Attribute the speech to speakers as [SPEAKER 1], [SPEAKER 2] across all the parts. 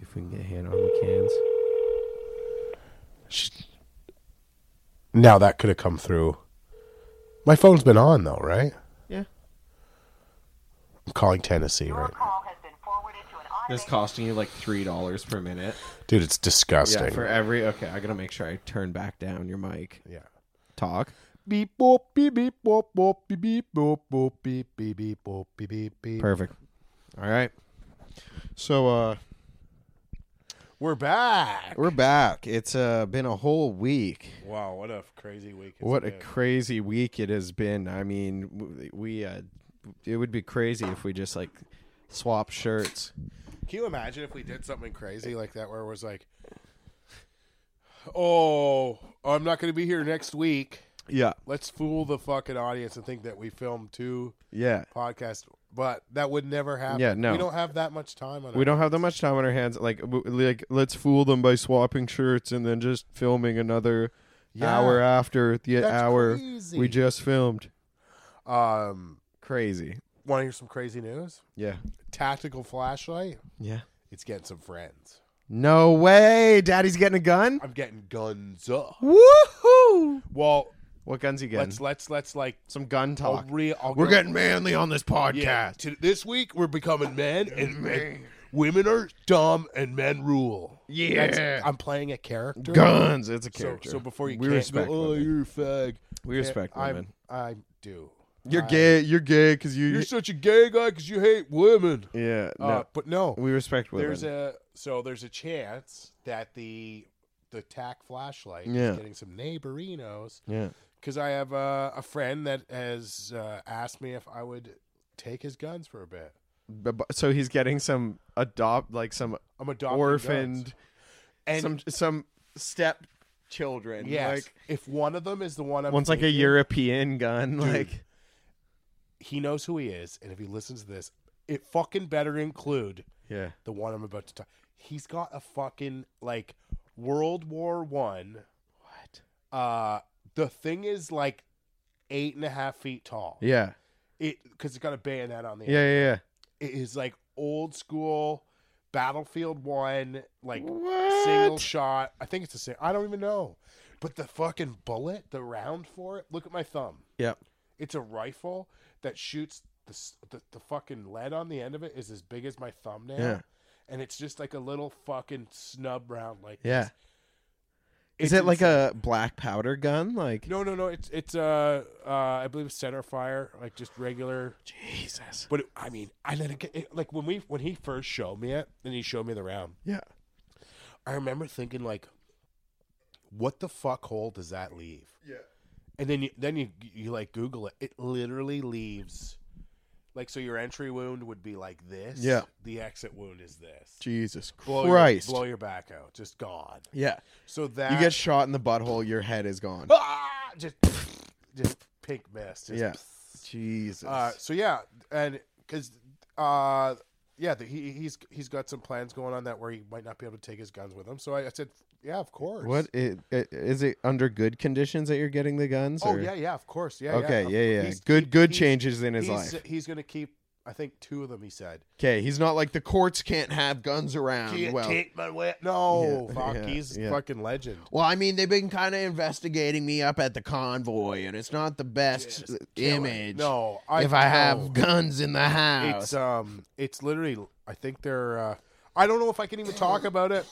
[SPEAKER 1] if we can get a hand on the cans.
[SPEAKER 2] Sh- Now that could have come through. My phone's been on though, right?
[SPEAKER 1] Yeah.
[SPEAKER 2] I'm calling Tennessee right now.
[SPEAKER 3] Call has been forwarded to an
[SPEAKER 1] This
[SPEAKER 3] automated
[SPEAKER 1] costing you like three dollars per minute.
[SPEAKER 2] Dude, it's disgusting.
[SPEAKER 1] Yeah, for every okay, I gotta make sure I turn back down your mic.
[SPEAKER 2] Yeah.
[SPEAKER 1] Talk.
[SPEAKER 2] Beep boop beep beep boop boop beep beep boop boop beep beep beep boop beep beep beep.
[SPEAKER 1] Perfect. All right. So uh
[SPEAKER 2] We're back.
[SPEAKER 1] we're back. It's uh been a whole week.
[SPEAKER 2] Wow, what a crazy week! it's
[SPEAKER 1] what a
[SPEAKER 2] been.
[SPEAKER 1] crazy week it has been. I mean, w- we uh it would be crazy if we just like swap shirts.
[SPEAKER 2] Can you imagine if we did something crazy like that where it was like, oh, I'm not going to be here next week.
[SPEAKER 1] Yeah.
[SPEAKER 2] Let's fool the fucking audience and think that we filmed two
[SPEAKER 1] Yeah.
[SPEAKER 2] podcasts, but that would never happen.
[SPEAKER 1] Yeah, no.
[SPEAKER 2] We don't have that much time on
[SPEAKER 1] We don't have that much time on our hands. Like, w- like let's fool them by swapping shirts and then just filming another
[SPEAKER 2] Yeah.
[SPEAKER 1] hour after the
[SPEAKER 2] That's
[SPEAKER 1] hour we
[SPEAKER 2] crazy.
[SPEAKER 1] just filmed.
[SPEAKER 2] don't. Um,
[SPEAKER 1] Crazy.
[SPEAKER 2] Want to hear some crazy news?
[SPEAKER 1] Yeah.
[SPEAKER 2] Tactical flashlight.
[SPEAKER 1] Yeah.
[SPEAKER 2] It's getting some friends.
[SPEAKER 1] No way. Daddy's getting a gun.
[SPEAKER 2] I'm getting guns up.
[SPEAKER 1] Woohoo!
[SPEAKER 2] Well,
[SPEAKER 1] What guns he getting?
[SPEAKER 2] let's let's let's like
[SPEAKER 1] Some gun
[SPEAKER 2] I'll
[SPEAKER 1] talk.
[SPEAKER 2] re- I'll
[SPEAKER 1] We're
[SPEAKER 2] go-
[SPEAKER 1] getting manly on this podcast.
[SPEAKER 2] Yeah. To, this week we're becoming men and men. women are dumb and men rule.
[SPEAKER 1] Yeah.
[SPEAKER 2] That's- I'm playing a character.
[SPEAKER 1] Guns. It's a
[SPEAKER 2] So,
[SPEAKER 1] character.
[SPEAKER 2] so before you
[SPEAKER 1] we
[SPEAKER 2] can't
[SPEAKER 1] respect
[SPEAKER 2] go, oh,
[SPEAKER 1] women.
[SPEAKER 2] you're a fag.
[SPEAKER 1] we respect
[SPEAKER 2] I,
[SPEAKER 1] women.
[SPEAKER 2] I do.
[SPEAKER 1] You're
[SPEAKER 2] I-
[SPEAKER 1] gay. You're gay because you.
[SPEAKER 2] You're such a gay guy because you hate women.
[SPEAKER 1] yeah. No.
[SPEAKER 2] Uh, but no,
[SPEAKER 1] we respect women.
[SPEAKER 2] there's a so there's a chance that the the tac flashlight
[SPEAKER 1] Yeah.
[SPEAKER 2] is getting some neighborinos
[SPEAKER 1] yeah.
[SPEAKER 2] because I have uh, a friend that has uh, asked me if I would take his guns for a bit.
[SPEAKER 1] But, but- so he's getting some adopt like some
[SPEAKER 2] I'm adopting
[SPEAKER 1] orphaned
[SPEAKER 2] guns. and
[SPEAKER 1] some some step children.
[SPEAKER 2] yes,
[SPEAKER 1] Like
[SPEAKER 2] if one of them is the one I'm
[SPEAKER 1] one's like a
[SPEAKER 2] thinking,
[SPEAKER 1] European gun. Like
[SPEAKER 2] He knows who he is, and if he listens to this, it fucking better include
[SPEAKER 1] yeah.
[SPEAKER 2] the one I'm about to talk. He's got a fucking like World War One.
[SPEAKER 1] What?
[SPEAKER 2] Uh, the thing is like eight and a half feet tall.
[SPEAKER 1] Yeah.
[SPEAKER 2] It because it's got a bayonet on the.
[SPEAKER 1] Yeah. Yeah. yeah.
[SPEAKER 2] It is like old school Battlefield One, like
[SPEAKER 1] What?
[SPEAKER 2] single shot. I think it's the same. I don't even know. But the fucking bullet, the round for it. Look at my thumb.
[SPEAKER 1] Yep.
[SPEAKER 2] It's a rifle that shoots the s- the, the fucking lead on the end of it is as big as my thumbnail.
[SPEAKER 1] Yeah.
[SPEAKER 2] And it's just like a little fucking snub round, like
[SPEAKER 1] Yeah.
[SPEAKER 2] this.
[SPEAKER 1] Is
[SPEAKER 2] It's
[SPEAKER 1] it like
[SPEAKER 2] insane.
[SPEAKER 1] a black powder gun? Like
[SPEAKER 2] No, no, no. It's it's uh, uh I believe center fire, like just regular.
[SPEAKER 1] Jesus.
[SPEAKER 2] But it, I mean, I then it, it, like when we when he first showed me it, and he showed me the round.
[SPEAKER 1] Yeah.
[SPEAKER 2] I remember thinking like, what the fuck hole does that leave? Yeah. And then you then you you like Google it. It literally leaves, like so your entry wound would be like this.
[SPEAKER 1] Yeah.
[SPEAKER 2] The exit wound is this.
[SPEAKER 1] Jesus
[SPEAKER 2] Blow
[SPEAKER 1] Christ.
[SPEAKER 2] Your, blow your back out. Just gone.
[SPEAKER 1] yeah.
[SPEAKER 2] So that
[SPEAKER 1] You get shot in the butthole, your head is gone.
[SPEAKER 2] ah, just just pink mist. Just
[SPEAKER 1] yeah. Jesus.
[SPEAKER 2] Uh, so yeah, and because uh, yeah, the, he he's he's got some plans going on that where he might not be able to take his guns with him. So I, I said, yeah, of course.
[SPEAKER 1] What i- i- is it under good conditions that you're getting the guns?
[SPEAKER 2] Oh
[SPEAKER 1] or-
[SPEAKER 2] yeah, yeah, of course, yeah.
[SPEAKER 1] Okay,
[SPEAKER 2] yeah, of-
[SPEAKER 1] yeah, yeah.
[SPEAKER 2] he's-
[SPEAKER 1] Good,
[SPEAKER 2] he-
[SPEAKER 1] good
[SPEAKER 2] he's-
[SPEAKER 1] changes in his
[SPEAKER 2] he's,
[SPEAKER 1] life.
[SPEAKER 2] He's gonna keep, I think, two of them. He said,
[SPEAKER 1] Okay, he's not like the courts can't have guns around.
[SPEAKER 2] "Can't
[SPEAKER 1] well,
[SPEAKER 2] take my way." No,
[SPEAKER 1] Yeah,
[SPEAKER 2] fuck,
[SPEAKER 1] yeah,
[SPEAKER 2] he's
[SPEAKER 1] yeah.
[SPEAKER 2] a fucking legend.
[SPEAKER 1] well, I mean, they've been kind of investigating me up at the convoy, and it's not the best
[SPEAKER 2] Just kill him.
[SPEAKER 1] image.
[SPEAKER 2] No,
[SPEAKER 1] if I
[SPEAKER 2] no.
[SPEAKER 1] have guns in the house,
[SPEAKER 2] it's um, it's literally. I think they're. Uh, I don't know if I can even talk about it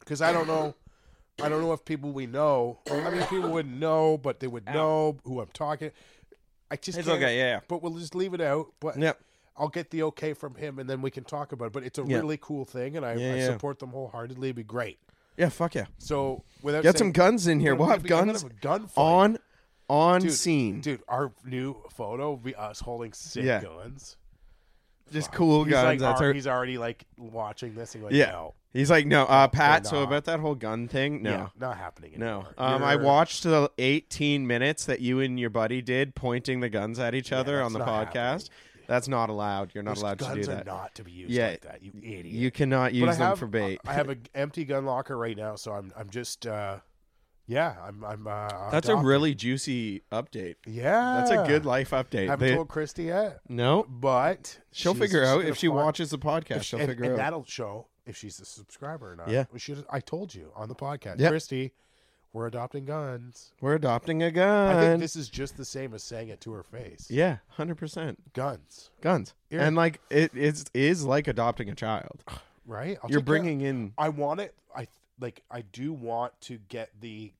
[SPEAKER 2] because I don't know. I don't know if people we know. I mean, people wouldn't know, but they would know who I'm talking. I just
[SPEAKER 1] It's
[SPEAKER 2] can't-
[SPEAKER 1] okay, yeah, yeah.
[SPEAKER 2] But we'll just leave it out. But
[SPEAKER 1] Yep.
[SPEAKER 2] I'll get the okay from him, and then we can talk about it. But it's a
[SPEAKER 1] Yeah.
[SPEAKER 2] really cool thing, and I,
[SPEAKER 1] Yeah,
[SPEAKER 2] I
[SPEAKER 1] yeah.
[SPEAKER 2] support them wholeheartedly. It'd be great.
[SPEAKER 1] yeah, fuck yeah,
[SPEAKER 2] So without
[SPEAKER 1] get some
[SPEAKER 2] saying,
[SPEAKER 1] guns in here.
[SPEAKER 2] I'm
[SPEAKER 1] We'll
[SPEAKER 2] gonna
[SPEAKER 1] have
[SPEAKER 2] be- I'm gonna
[SPEAKER 1] guns
[SPEAKER 2] have a gun fight.
[SPEAKER 1] on, on
[SPEAKER 2] Dude,
[SPEAKER 1] scene.
[SPEAKER 2] dude. Our new photo will be us holding sick
[SPEAKER 1] Yeah.
[SPEAKER 2] guns.
[SPEAKER 1] Just cool
[SPEAKER 2] He's
[SPEAKER 1] guns.
[SPEAKER 2] like,
[SPEAKER 1] that's
[SPEAKER 2] ar-
[SPEAKER 1] our,
[SPEAKER 2] he's already like watching this and going,
[SPEAKER 1] yeah.
[SPEAKER 2] no,
[SPEAKER 1] He's like, no, uh, Pat. So
[SPEAKER 2] nah.
[SPEAKER 1] about that whole gun thing, no.
[SPEAKER 2] yeah, not happening.
[SPEAKER 1] No.
[SPEAKER 2] Anymore.
[SPEAKER 1] Um, I
[SPEAKER 2] You're-
[SPEAKER 1] watched the 18 minutes that you and your buddy did pointing the guns at each other on
[SPEAKER 2] that's
[SPEAKER 1] the
[SPEAKER 2] not
[SPEAKER 1] podcast. That's not allowed. You're not
[SPEAKER 2] those
[SPEAKER 1] allowed to
[SPEAKER 2] guns
[SPEAKER 1] do
[SPEAKER 2] are
[SPEAKER 1] that.
[SPEAKER 2] not to be used
[SPEAKER 1] Yeah,
[SPEAKER 2] like that. You idiot.
[SPEAKER 1] you cannot
[SPEAKER 2] But I
[SPEAKER 1] use them
[SPEAKER 2] have-
[SPEAKER 1] for bait.
[SPEAKER 2] I have an empty gun locker right now, so I'm I'm just uh, yeah, I'm I'm. Uh,
[SPEAKER 1] that's a
[SPEAKER 2] adopting.
[SPEAKER 1] really juicy update.
[SPEAKER 2] yeah.
[SPEAKER 1] That's a good life update.
[SPEAKER 2] Haven't
[SPEAKER 1] They-
[SPEAKER 2] told Christy yet,
[SPEAKER 1] no,
[SPEAKER 2] but
[SPEAKER 1] she'll
[SPEAKER 2] she's-
[SPEAKER 1] figure
[SPEAKER 2] she's
[SPEAKER 1] out
[SPEAKER 2] gonna
[SPEAKER 1] if she
[SPEAKER 2] find-
[SPEAKER 1] watches the podcast. She'll
[SPEAKER 2] and,
[SPEAKER 1] figure
[SPEAKER 2] and
[SPEAKER 1] out.
[SPEAKER 2] that'll show if she's a subscriber or not.
[SPEAKER 1] Yeah.
[SPEAKER 2] We should. I told you on the podcast,
[SPEAKER 1] Yep.
[SPEAKER 2] Christy, we're adopting guns.
[SPEAKER 1] We're adopting a gun.
[SPEAKER 2] I think this is just the same as saying it to her face.
[SPEAKER 1] yeah, hundred percent
[SPEAKER 2] Guns,
[SPEAKER 1] guns,
[SPEAKER 2] Yeah.
[SPEAKER 1] and like it is is like adopting a child.
[SPEAKER 2] right? I'll
[SPEAKER 1] You're
[SPEAKER 2] take that.
[SPEAKER 1] bringing in
[SPEAKER 2] I want it. I like. I do want to get the,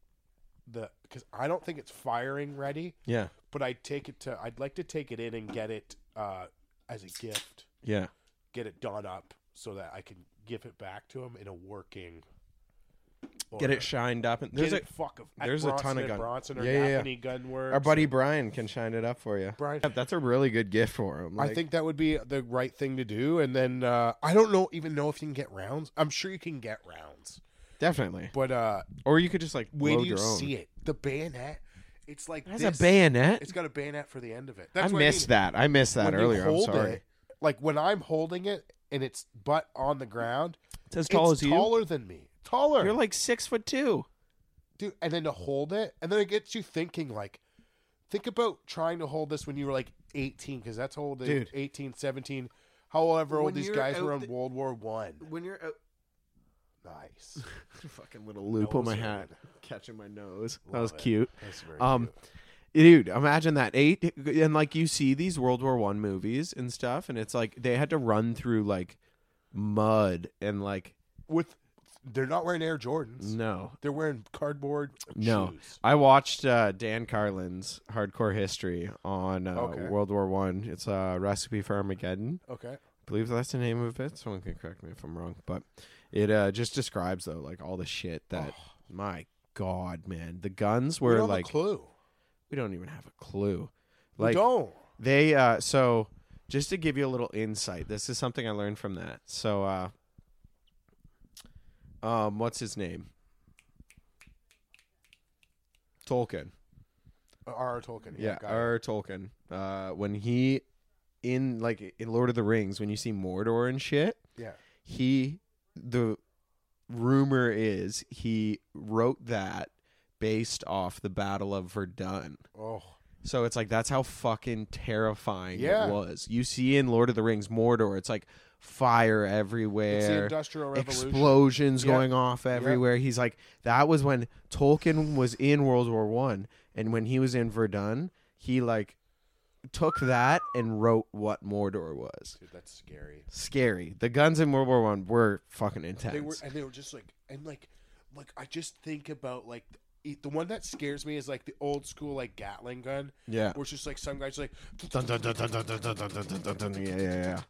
[SPEAKER 2] the because I don't think it's firing ready,
[SPEAKER 1] yeah
[SPEAKER 2] but I take it to. I'd like to take it in and get it uh, as a gift.
[SPEAKER 1] yeah
[SPEAKER 2] Get it done up so that I can give it back to him in a working.
[SPEAKER 1] get
[SPEAKER 2] order.
[SPEAKER 1] it shined up and
[SPEAKER 2] There's
[SPEAKER 1] there's
[SPEAKER 2] get it, fuck of, at
[SPEAKER 1] there's a ton
[SPEAKER 2] Bronson
[SPEAKER 1] of
[SPEAKER 2] and
[SPEAKER 1] gun-
[SPEAKER 2] Bronson or
[SPEAKER 1] Yeah, yeah, yeah.
[SPEAKER 2] Gaffney gun
[SPEAKER 1] a
[SPEAKER 2] works.
[SPEAKER 1] our buddy Brian can shine it up for you.
[SPEAKER 2] Brian.
[SPEAKER 1] Yeah, that's a really good gift for him.
[SPEAKER 2] I
[SPEAKER 1] like-
[SPEAKER 2] think that would be the right thing to do, and then uh, I don't know even know if you can get rounds. I'm sure you can get rounds,
[SPEAKER 1] definitely,
[SPEAKER 2] but uh,
[SPEAKER 1] or you could just like
[SPEAKER 2] Where
[SPEAKER 1] load
[SPEAKER 2] do you
[SPEAKER 1] your own.
[SPEAKER 2] see it? The bayonet. It's like
[SPEAKER 1] That's
[SPEAKER 2] this.
[SPEAKER 1] a bayonet.
[SPEAKER 2] It's got a bayonet for the end of it.
[SPEAKER 1] I
[SPEAKER 2] That's what
[SPEAKER 1] missed
[SPEAKER 2] I mean.
[SPEAKER 1] that. I missed that
[SPEAKER 2] When you
[SPEAKER 1] earlier. I'm
[SPEAKER 2] hold
[SPEAKER 1] sorry.
[SPEAKER 2] it- like when I'm holding it and its butt on the ground,
[SPEAKER 1] It's as
[SPEAKER 2] it's taller than me. Taller,
[SPEAKER 1] You're like six foot two.
[SPEAKER 2] dude. And then to hold it, and then it gets you thinking. Like, think about trying to hold this when you were like 18, because that's how old. they-
[SPEAKER 1] Dude.
[SPEAKER 2] 18, 17, however old
[SPEAKER 3] When
[SPEAKER 2] these
[SPEAKER 3] you're
[SPEAKER 2] guys were
[SPEAKER 3] out
[SPEAKER 2] in
[SPEAKER 3] the-
[SPEAKER 2] World War One.
[SPEAKER 3] When you're out,
[SPEAKER 2] Nice.
[SPEAKER 1] Fucking little loop on my
[SPEAKER 2] Nose
[SPEAKER 1] hat,
[SPEAKER 2] ring.
[SPEAKER 1] catching my nose. that
[SPEAKER 2] Love
[SPEAKER 1] was
[SPEAKER 2] it.
[SPEAKER 1] cute.
[SPEAKER 2] That's very
[SPEAKER 1] Um,
[SPEAKER 2] cute.
[SPEAKER 1] dude, imagine that eight and like you see these World War One movies and stuff, and it's like they had to run through like mud and like
[SPEAKER 2] with they're not wearing Air Jordans.
[SPEAKER 1] no,
[SPEAKER 2] They're wearing cardboard
[SPEAKER 1] No.
[SPEAKER 2] shoes.
[SPEAKER 1] I watched uh, Dan Carlin's Hardcore History on uh,
[SPEAKER 2] Okay.
[SPEAKER 1] World War One. It's a recipe for Armageddon.
[SPEAKER 2] Okay.
[SPEAKER 1] believe that's the name of it. Someone can correct me if I'm wrong, but it uh, just describes though like all the shit that my god, man, the guns
[SPEAKER 2] We
[SPEAKER 1] were
[SPEAKER 2] don't have a
[SPEAKER 1] like
[SPEAKER 2] clue.
[SPEAKER 1] we don't even have a clue.
[SPEAKER 2] We
[SPEAKER 1] Like
[SPEAKER 2] don't.
[SPEAKER 1] they uh so just to give you a little insight, this is something I learned from that. So uh um what's his name? Tolkien.
[SPEAKER 2] R.R. Tolkien.
[SPEAKER 1] Yeah,
[SPEAKER 2] got it.
[SPEAKER 1] R.R. Tolkien. Uh when he in like in Lord of the Rings when you see Mordor and shit,
[SPEAKER 2] yeah.
[SPEAKER 1] he the rumor is he wrote that based off the battle of verdun
[SPEAKER 2] Oh,
[SPEAKER 1] so it's like that's how fucking terrifying
[SPEAKER 2] Yeah.
[SPEAKER 1] it was you see in lord of the rings mordor it's like fire
[SPEAKER 2] it's the
[SPEAKER 1] everywhere
[SPEAKER 2] Industrial Revolution.
[SPEAKER 1] explosions
[SPEAKER 2] Yeah.
[SPEAKER 1] going off everywhere he's like that was when tolkien was in world war one and when he was in verdun he like took that and wrote what mordor was
[SPEAKER 2] Dude, that's scary.
[SPEAKER 1] scary. The guns in World War One were fucking intense.
[SPEAKER 2] They were and they were just like and like like I just think about like e, the, the one that scares me is like the old school like Gatling gun.
[SPEAKER 1] yeah.
[SPEAKER 2] Where it's just like some guys like
[SPEAKER 1] Dun, dun, dun, dun, dun, dun, dun, dun, dun, dun, dun, dun. Yeah, yeah, yeah.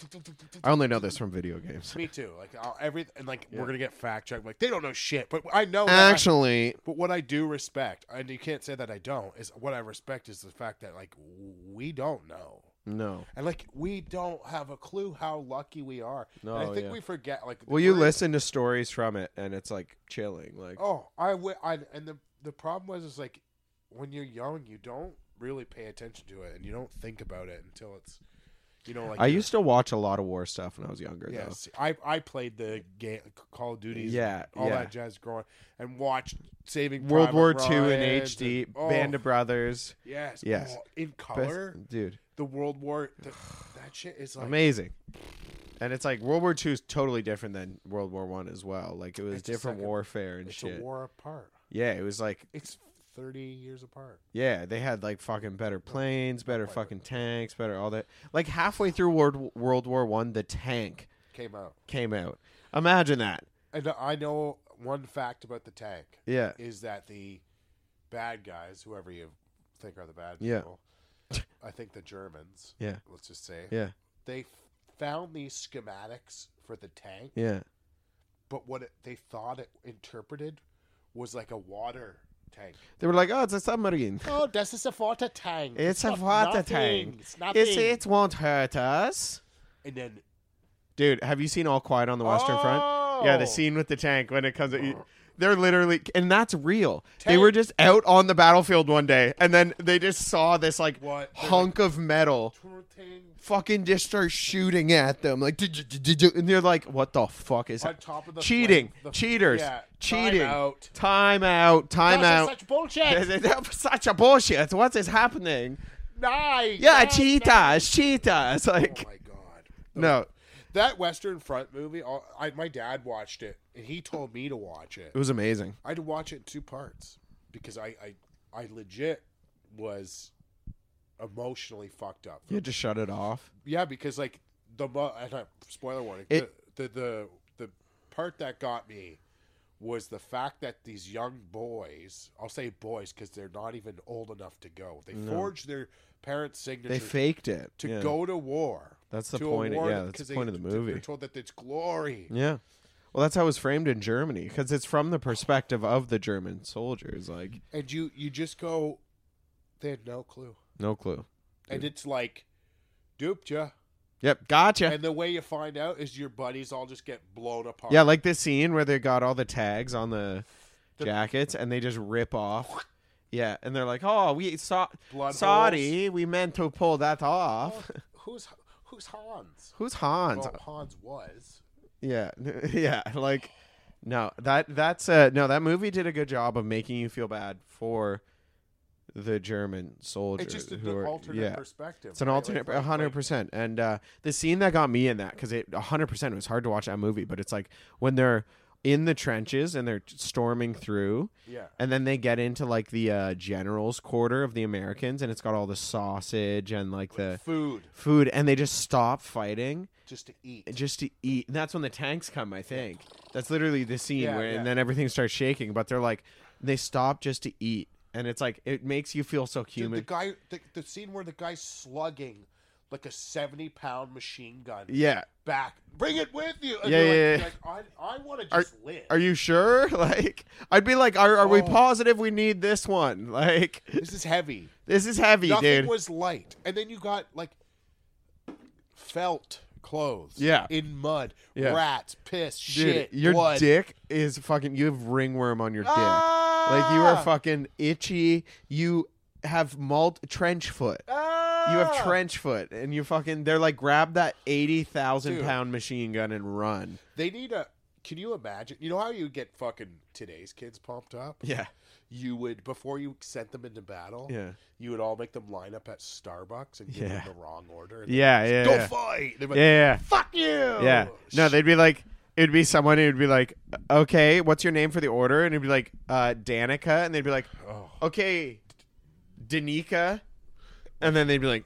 [SPEAKER 1] I only know this from video games.
[SPEAKER 2] me too. Like I'll, every and like we're gonna get fact checked. Like they don't know shit, but I know. that.
[SPEAKER 1] Actually,
[SPEAKER 2] But what I do respect, and you can't say that I don't, is what I respect is the fact that like we don't know,
[SPEAKER 1] no.
[SPEAKER 2] and like we don't have a clue how lucky we are. and I
[SPEAKER 1] No,
[SPEAKER 2] think
[SPEAKER 1] Oh, yeah.
[SPEAKER 2] we forget. Like,
[SPEAKER 1] Well, you
[SPEAKER 2] we're-
[SPEAKER 1] listen to stories from it, and it's like chilling. Like,
[SPEAKER 2] Oh, I, wi- I and the the problem was is like when you're young, you don't really pay attention to it, and you don't think about it until it's, you know, like
[SPEAKER 1] I
[SPEAKER 2] you're-
[SPEAKER 1] used to watch a lot of war stuff when I was younger.
[SPEAKER 2] Yeah, see, I I played the game Call of
[SPEAKER 1] though.
[SPEAKER 2] Duty,
[SPEAKER 1] Yeah,
[SPEAKER 2] all
[SPEAKER 1] yeah.
[SPEAKER 2] that jazz growing, and watched Saving
[SPEAKER 1] World
[SPEAKER 2] Private
[SPEAKER 1] War Two
[SPEAKER 2] Ryan,
[SPEAKER 1] in HD,
[SPEAKER 2] and- oh,
[SPEAKER 1] Band of Brothers,
[SPEAKER 2] yes,
[SPEAKER 1] Yes.
[SPEAKER 2] oh, in
[SPEAKER 1] Best-
[SPEAKER 2] color.
[SPEAKER 1] dude,
[SPEAKER 2] the World War. The, that shit is like
[SPEAKER 1] amazing. And it's like World War Two is totally different than World War One as well. Like it was
[SPEAKER 2] It's just
[SPEAKER 1] different
[SPEAKER 2] like a-
[SPEAKER 1] warfare and
[SPEAKER 2] it's
[SPEAKER 1] shit.
[SPEAKER 2] a war apart.
[SPEAKER 1] yeah, it was like
[SPEAKER 2] It's thirty years apart.
[SPEAKER 1] Yeah, they had like fucking better planes, better
[SPEAKER 2] quite, but-
[SPEAKER 1] fucking tanks, better all that. Like halfway through World World War One, the tank
[SPEAKER 2] Came out,
[SPEAKER 1] came out. Imagine that.
[SPEAKER 2] and I know one fact about the tank
[SPEAKER 1] Yeah,
[SPEAKER 2] is that the bad guys, whoever you think are the bad
[SPEAKER 1] Yeah.
[SPEAKER 2] people, I think the Germans.
[SPEAKER 1] Yeah.
[SPEAKER 2] let's just say.
[SPEAKER 1] Yeah.
[SPEAKER 2] they f- found these schematics for the tank,
[SPEAKER 1] yeah,
[SPEAKER 2] but what it, they thought it interpreted was like a water tank.
[SPEAKER 1] they were like, "Oh, it's a submarine.
[SPEAKER 2] Oh, this is a water tank.
[SPEAKER 1] It's a
[SPEAKER 2] not
[SPEAKER 1] water
[SPEAKER 2] nothing.
[SPEAKER 1] tank.
[SPEAKER 2] It's nothing.
[SPEAKER 1] It's, it won't hurt us."
[SPEAKER 2] And then
[SPEAKER 1] Dude, have you seen All Quiet on the Western Front? Yeah, the scene with the tank when it comes. At you, they're literally, and that's real. They were
[SPEAKER 2] Tank.
[SPEAKER 1] just out on the battlefield one day, and then they just saw this like
[SPEAKER 2] What? They're
[SPEAKER 1] hunk of metal. fucking just start shooting at them like "Did you- did you do-" and they're like what the fuck is
[SPEAKER 2] on
[SPEAKER 1] that
[SPEAKER 2] top of the
[SPEAKER 1] cheating
[SPEAKER 2] flame- the-
[SPEAKER 1] cheaters
[SPEAKER 2] yeah,
[SPEAKER 1] cheating
[SPEAKER 2] Time out.
[SPEAKER 1] time out time
[SPEAKER 2] That's
[SPEAKER 1] out
[SPEAKER 2] such bullshit.
[SPEAKER 1] That's such a bullshit what is happening
[SPEAKER 2] Nine.
[SPEAKER 1] yeah
[SPEAKER 2] nine, Oh,
[SPEAKER 1] cheetahs cheetahs
[SPEAKER 2] nine.
[SPEAKER 1] like
[SPEAKER 2] Oh my god.
[SPEAKER 1] no
[SPEAKER 2] that Western Front movie, all- I, my dad watched it, and he told me to watch it.
[SPEAKER 1] It was amazing.
[SPEAKER 2] I had to watch it in two parts because I, I, I legit was emotionally fucked up.
[SPEAKER 1] You had to shut it off.
[SPEAKER 2] Yeah, because like the mo- and I- spoiler warning,
[SPEAKER 1] It-
[SPEAKER 2] the, the the the part that got me was the fact that these young boys, I'll say boys because they're not even old enough to go. They
[SPEAKER 1] No.
[SPEAKER 2] forged their parents'
[SPEAKER 1] They
[SPEAKER 2] signatures
[SPEAKER 1] faked it
[SPEAKER 2] to
[SPEAKER 1] Yeah.
[SPEAKER 2] go to war.
[SPEAKER 1] That's the
[SPEAKER 2] to a
[SPEAKER 1] point.
[SPEAKER 2] war
[SPEAKER 1] yeah,
[SPEAKER 2] that-
[SPEAKER 1] that's
[SPEAKER 2] 'cause
[SPEAKER 1] the
[SPEAKER 2] they-
[SPEAKER 1] point of the
[SPEAKER 2] They're
[SPEAKER 1] movie.
[SPEAKER 2] told that it's glory.
[SPEAKER 1] Yeah. Well, that's how it was framed in Germany because it's from the perspective of the German soldiers. Like,
[SPEAKER 2] And you you just go they had no clue.
[SPEAKER 1] no clue.
[SPEAKER 2] And it's like duped ya.
[SPEAKER 1] Yep, gotcha.
[SPEAKER 2] And the way you find out is your buddies all just get blown apart.
[SPEAKER 1] yeah, like this scene where they got all the tags on the,
[SPEAKER 2] The-
[SPEAKER 1] jackets and they just rip off. Yeah, and they're like, "Oh, we saw
[SPEAKER 2] Blood holes. Oh.
[SPEAKER 1] sorry, we meant to pull that off."
[SPEAKER 2] Who's who's Hans?
[SPEAKER 1] Who's Hans?
[SPEAKER 2] Well, Hans was.
[SPEAKER 1] Yeah, yeah. Like, no, that that's uh no, that movie did a good job of making you feel bad for the German soldiers.
[SPEAKER 2] It's just an
[SPEAKER 1] who are-
[SPEAKER 2] alternate
[SPEAKER 1] yeah.
[SPEAKER 2] perspective.
[SPEAKER 1] It's an
[SPEAKER 2] right?
[SPEAKER 1] alternate,
[SPEAKER 2] Like,
[SPEAKER 1] a
[SPEAKER 2] like-
[SPEAKER 1] hundred
[SPEAKER 2] like,
[SPEAKER 1] percent. And uh, the scene that got me in that because it a hundred percent it was hard to watch that movie, but it's like when they're in the trenches and they're storming through,
[SPEAKER 2] yeah.
[SPEAKER 1] and then they get into like the uh, generals' quarter of the Americans, and it's got all the sausage and like the
[SPEAKER 2] Food
[SPEAKER 1] food, and they just stop fighting
[SPEAKER 2] just to eat.
[SPEAKER 1] just to eat. And that's when the tanks come, I think. That's literally the scene
[SPEAKER 2] Yeah,
[SPEAKER 1] where,
[SPEAKER 2] yeah.
[SPEAKER 1] and then everything starts shaking. But they're like, they stop just to eat, and it's like it makes you feel so
[SPEAKER 2] Dude,
[SPEAKER 1] human.
[SPEAKER 2] the guy, the, the scene where the guy's slugging like a seventy-pound machine gun
[SPEAKER 1] yeah.
[SPEAKER 2] back. Bring it with you. And
[SPEAKER 1] Yeah,
[SPEAKER 2] they're
[SPEAKER 1] yeah,
[SPEAKER 2] like, Like, I, I want to
[SPEAKER 1] Are-
[SPEAKER 2] just live.
[SPEAKER 1] Are you sure? Like, I'd be like, are, are we
[SPEAKER 2] Oh.
[SPEAKER 1] positive we need this one? Like,
[SPEAKER 2] this is heavy.
[SPEAKER 1] this is heavy,
[SPEAKER 2] Nothing
[SPEAKER 1] dude.
[SPEAKER 2] was light, and then you got like felt clothes.
[SPEAKER 1] Yeah.
[SPEAKER 2] in mud,
[SPEAKER 1] Yeah.
[SPEAKER 2] rats, piss,
[SPEAKER 1] dude,
[SPEAKER 2] shit,
[SPEAKER 1] your
[SPEAKER 2] blood.
[SPEAKER 1] dick is fucking. You have ringworm on your dick.
[SPEAKER 2] Ah!
[SPEAKER 1] Like, you are fucking itchy. You have malt trench foot. You have
[SPEAKER 2] Ah!
[SPEAKER 1] trench foot, and you fucking. They're like, grab that eighty thousand
[SPEAKER 2] Dude.
[SPEAKER 1] pound machine gun and run.
[SPEAKER 2] They need a. Can you imagine? You know how you get fucking today's kids pumped up?
[SPEAKER 1] Yeah,
[SPEAKER 2] You would before you sent them into battle.
[SPEAKER 1] yeah,
[SPEAKER 2] You would all make them line up at Starbucks and give
[SPEAKER 1] Yeah.
[SPEAKER 2] them the wrong order. and
[SPEAKER 1] yeah,
[SPEAKER 2] they'd
[SPEAKER 1] yeah,
[SPEAKER 2] Go Oh,
[SPEAKER 1] yeah.
[SPEAKER 2] fight. They'd be like,
[SPEAKER 1] yeah.
[SPEAKER 2] Fuck you.
[SPEAKER 1] Yeah. No, they'd be like, it'd be someone who'd be like, okay, what's your name for the order? And it'd be like, uh, Danica. And they'd be like,
[SPEAKER 2] Oh.
[SPEAKER 1] okay, Danica. And then they'd be like,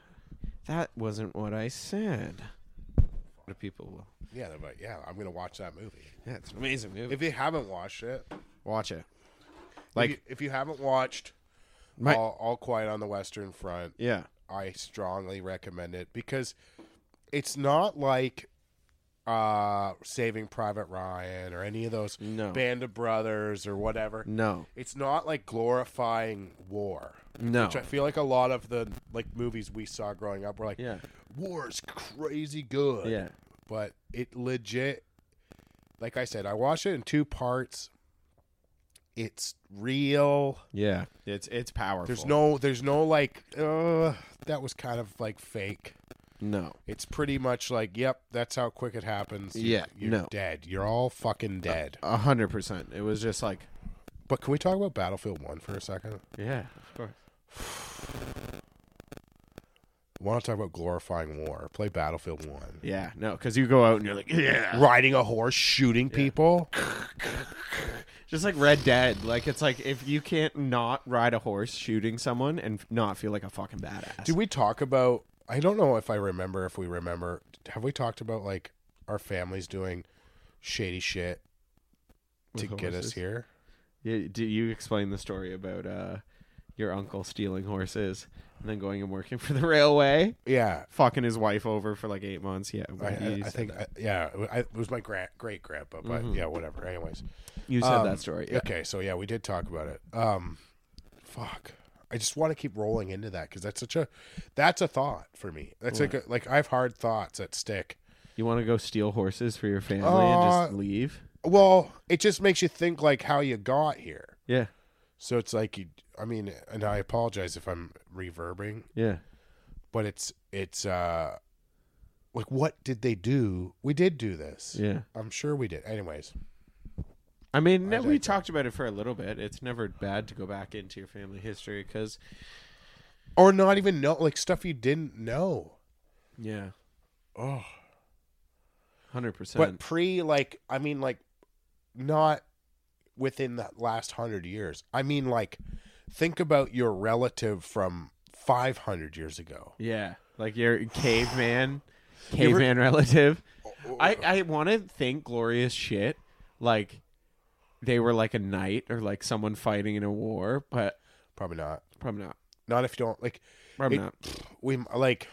[SPEAKER 1] that wasn't what I said. The people will.
[SPEAKER 2] Yeah. They're like, yeah. I'm gonna watch that movie.
[SPEAKER 1] Yeah, it's an amazing movie.
[SPEAKER 2] If you haven't watched it,
[SPEAKER 1] Watch it. Like-
[SPEAKER 2] like if you, if you haven't watched
[SPEAKER 1] My-
[SPEAKER 2] all, all Quiet on the Western Front,
[SPEAKER 1] Yeah.
[SPEAKER 2] I strongly recommend it because it's not like uh Saving Private Ryan or any of those
[SPEAKER 1] No.
[SPEAKER 2] Band of Brothers or whatever.
[SPEAKER 1] No.
[SPEAKER 2] It's not like glorifying war,
[SPEAKER 1] No.
[SPEAKER 2] which I feel like a lot of the like movies we saw growing up were like
[SPEAKER 1] Yeah.
[SPEAKER 2] war is crazy good.
[SPEAKER 1] Yeah.
[SPEAKER 2] But it legit like I said, I watched it in two parts. It's real.
[SPEAKER 1] Yeah. It's it's powerful.
[SPEAKER 2] There's no there's no like uh that was kind of like fake.
[SPEAKER 1] no.
[SPEAKER 2] It's pretty much like, yep, that's how quick it happens. You-
[SPEAKER 1] Yeah,
[SPEAKER 2] you're
[SPEAKER 1] no.
[SPEAKER 2] dead. You're all fucking dead.
[SPEAKER 1] A hundred percent. It was just like
[SPEAKER 2] But can we talk about Battlefield One for a second?
[SPEAKER 1] yeah, of course.
[SPEAKER 2] I want to talk about glorifying war. Play Battlefield One.
[SPEAKER 1] Yeah, no, because you go out and you're like, yeah,
[SPEAKER 2] Riding a horse, shooting people.
[SPEAKER 1] Just like Red Dead, like it's like if you can't not ride a horse shooting someone and f- not feel like a fucking badass.
[SPEAKER 2] Did we talk about? I don't know if I remember. If we remember, have we talked about like our families doing shady shit to
[SPEAKER 1] With
[SPEAKER 2] get us
[SPEAKER 1] horses?
[SPEAKER 2] here?
[SPEAKER 1] Yeah, do you explain the story about uh, your uncle stealing horses and then going and working for the railway,
[SPEAKER 2] Yeah,
[SPEAKER 1] fucking his wife over for like eight months? Yeah,
[SPEAKER 2] I, I,
[SPEAKER 1] you
[SPEAKER 2] I
[SPEAKER 1] said
[SPEAKER 2] think.
[SPEAKER 1] that.
[SPEAKER 2] I- yeah, I, it was my gra- great grandpa, but yeah, whatever. Anyways,
[SPEAKER 1] you said
[SPEAKER 2] um,
[SPEAKER 1] that story. Yeah,
[SPEAKER 2] Okay, so yeah, we did talk about it. Um, fuck, I just want to keep rolling into that because that's such a that's a thought for me. That's
[SPEAKER 1] Mm.
[SPEAKER 2] like a, like I have hard thoughts that stick.
[SPEAKER 1] you want to go steal horses for your family and just
[SPEAKER 2] Uh,
[SPEAKER 1] leave?
[SPEAKER 2] Well, it just makes you think like how you got here.
[SPEAKER 1] Yeah,
[SPEAKER 2] So it's like you. I mean, and I apologize if I'm reverbing,
[SPEAKER 1] yeah,
[SPEAKER 2] but it's it's uh, like what did they do? We did do this.
[SPEAKER 1] yeah.
[SPEAKER 2] I'm sure we did. Anyways,
[SPEAKER 1] I mean, no, we
[SPEAKER 2] digress.
[SPEAKER 1] talked about it for a little bit. It's never bad to go back into your family history because
[SPEAKER 2] or not even know like stuff you didn't know.
[SPEAKER 1] yeah.
[SPEAKER 2] Oh,
[SPEAKER 1] hundred percent.
[SPEAKER 2] but pre like I mean like not within the last hundred years. I mean like think about your relative from five hundred years ago.
[SPEAKER 1] Yeah, like your caveman, caveman relative. I I want to think glorious shit like they were like a knight or like someone fighting in a war, but
[SPEAKER 2] Probably not.
[SPEAKER 1] probably not.
[SPEAKER 2] Not if you don't like
[SPEAKER 1] Probably
[SPEAKER 2] It-
[SPEAKER 1] not.
[SPEAKER 2] we like.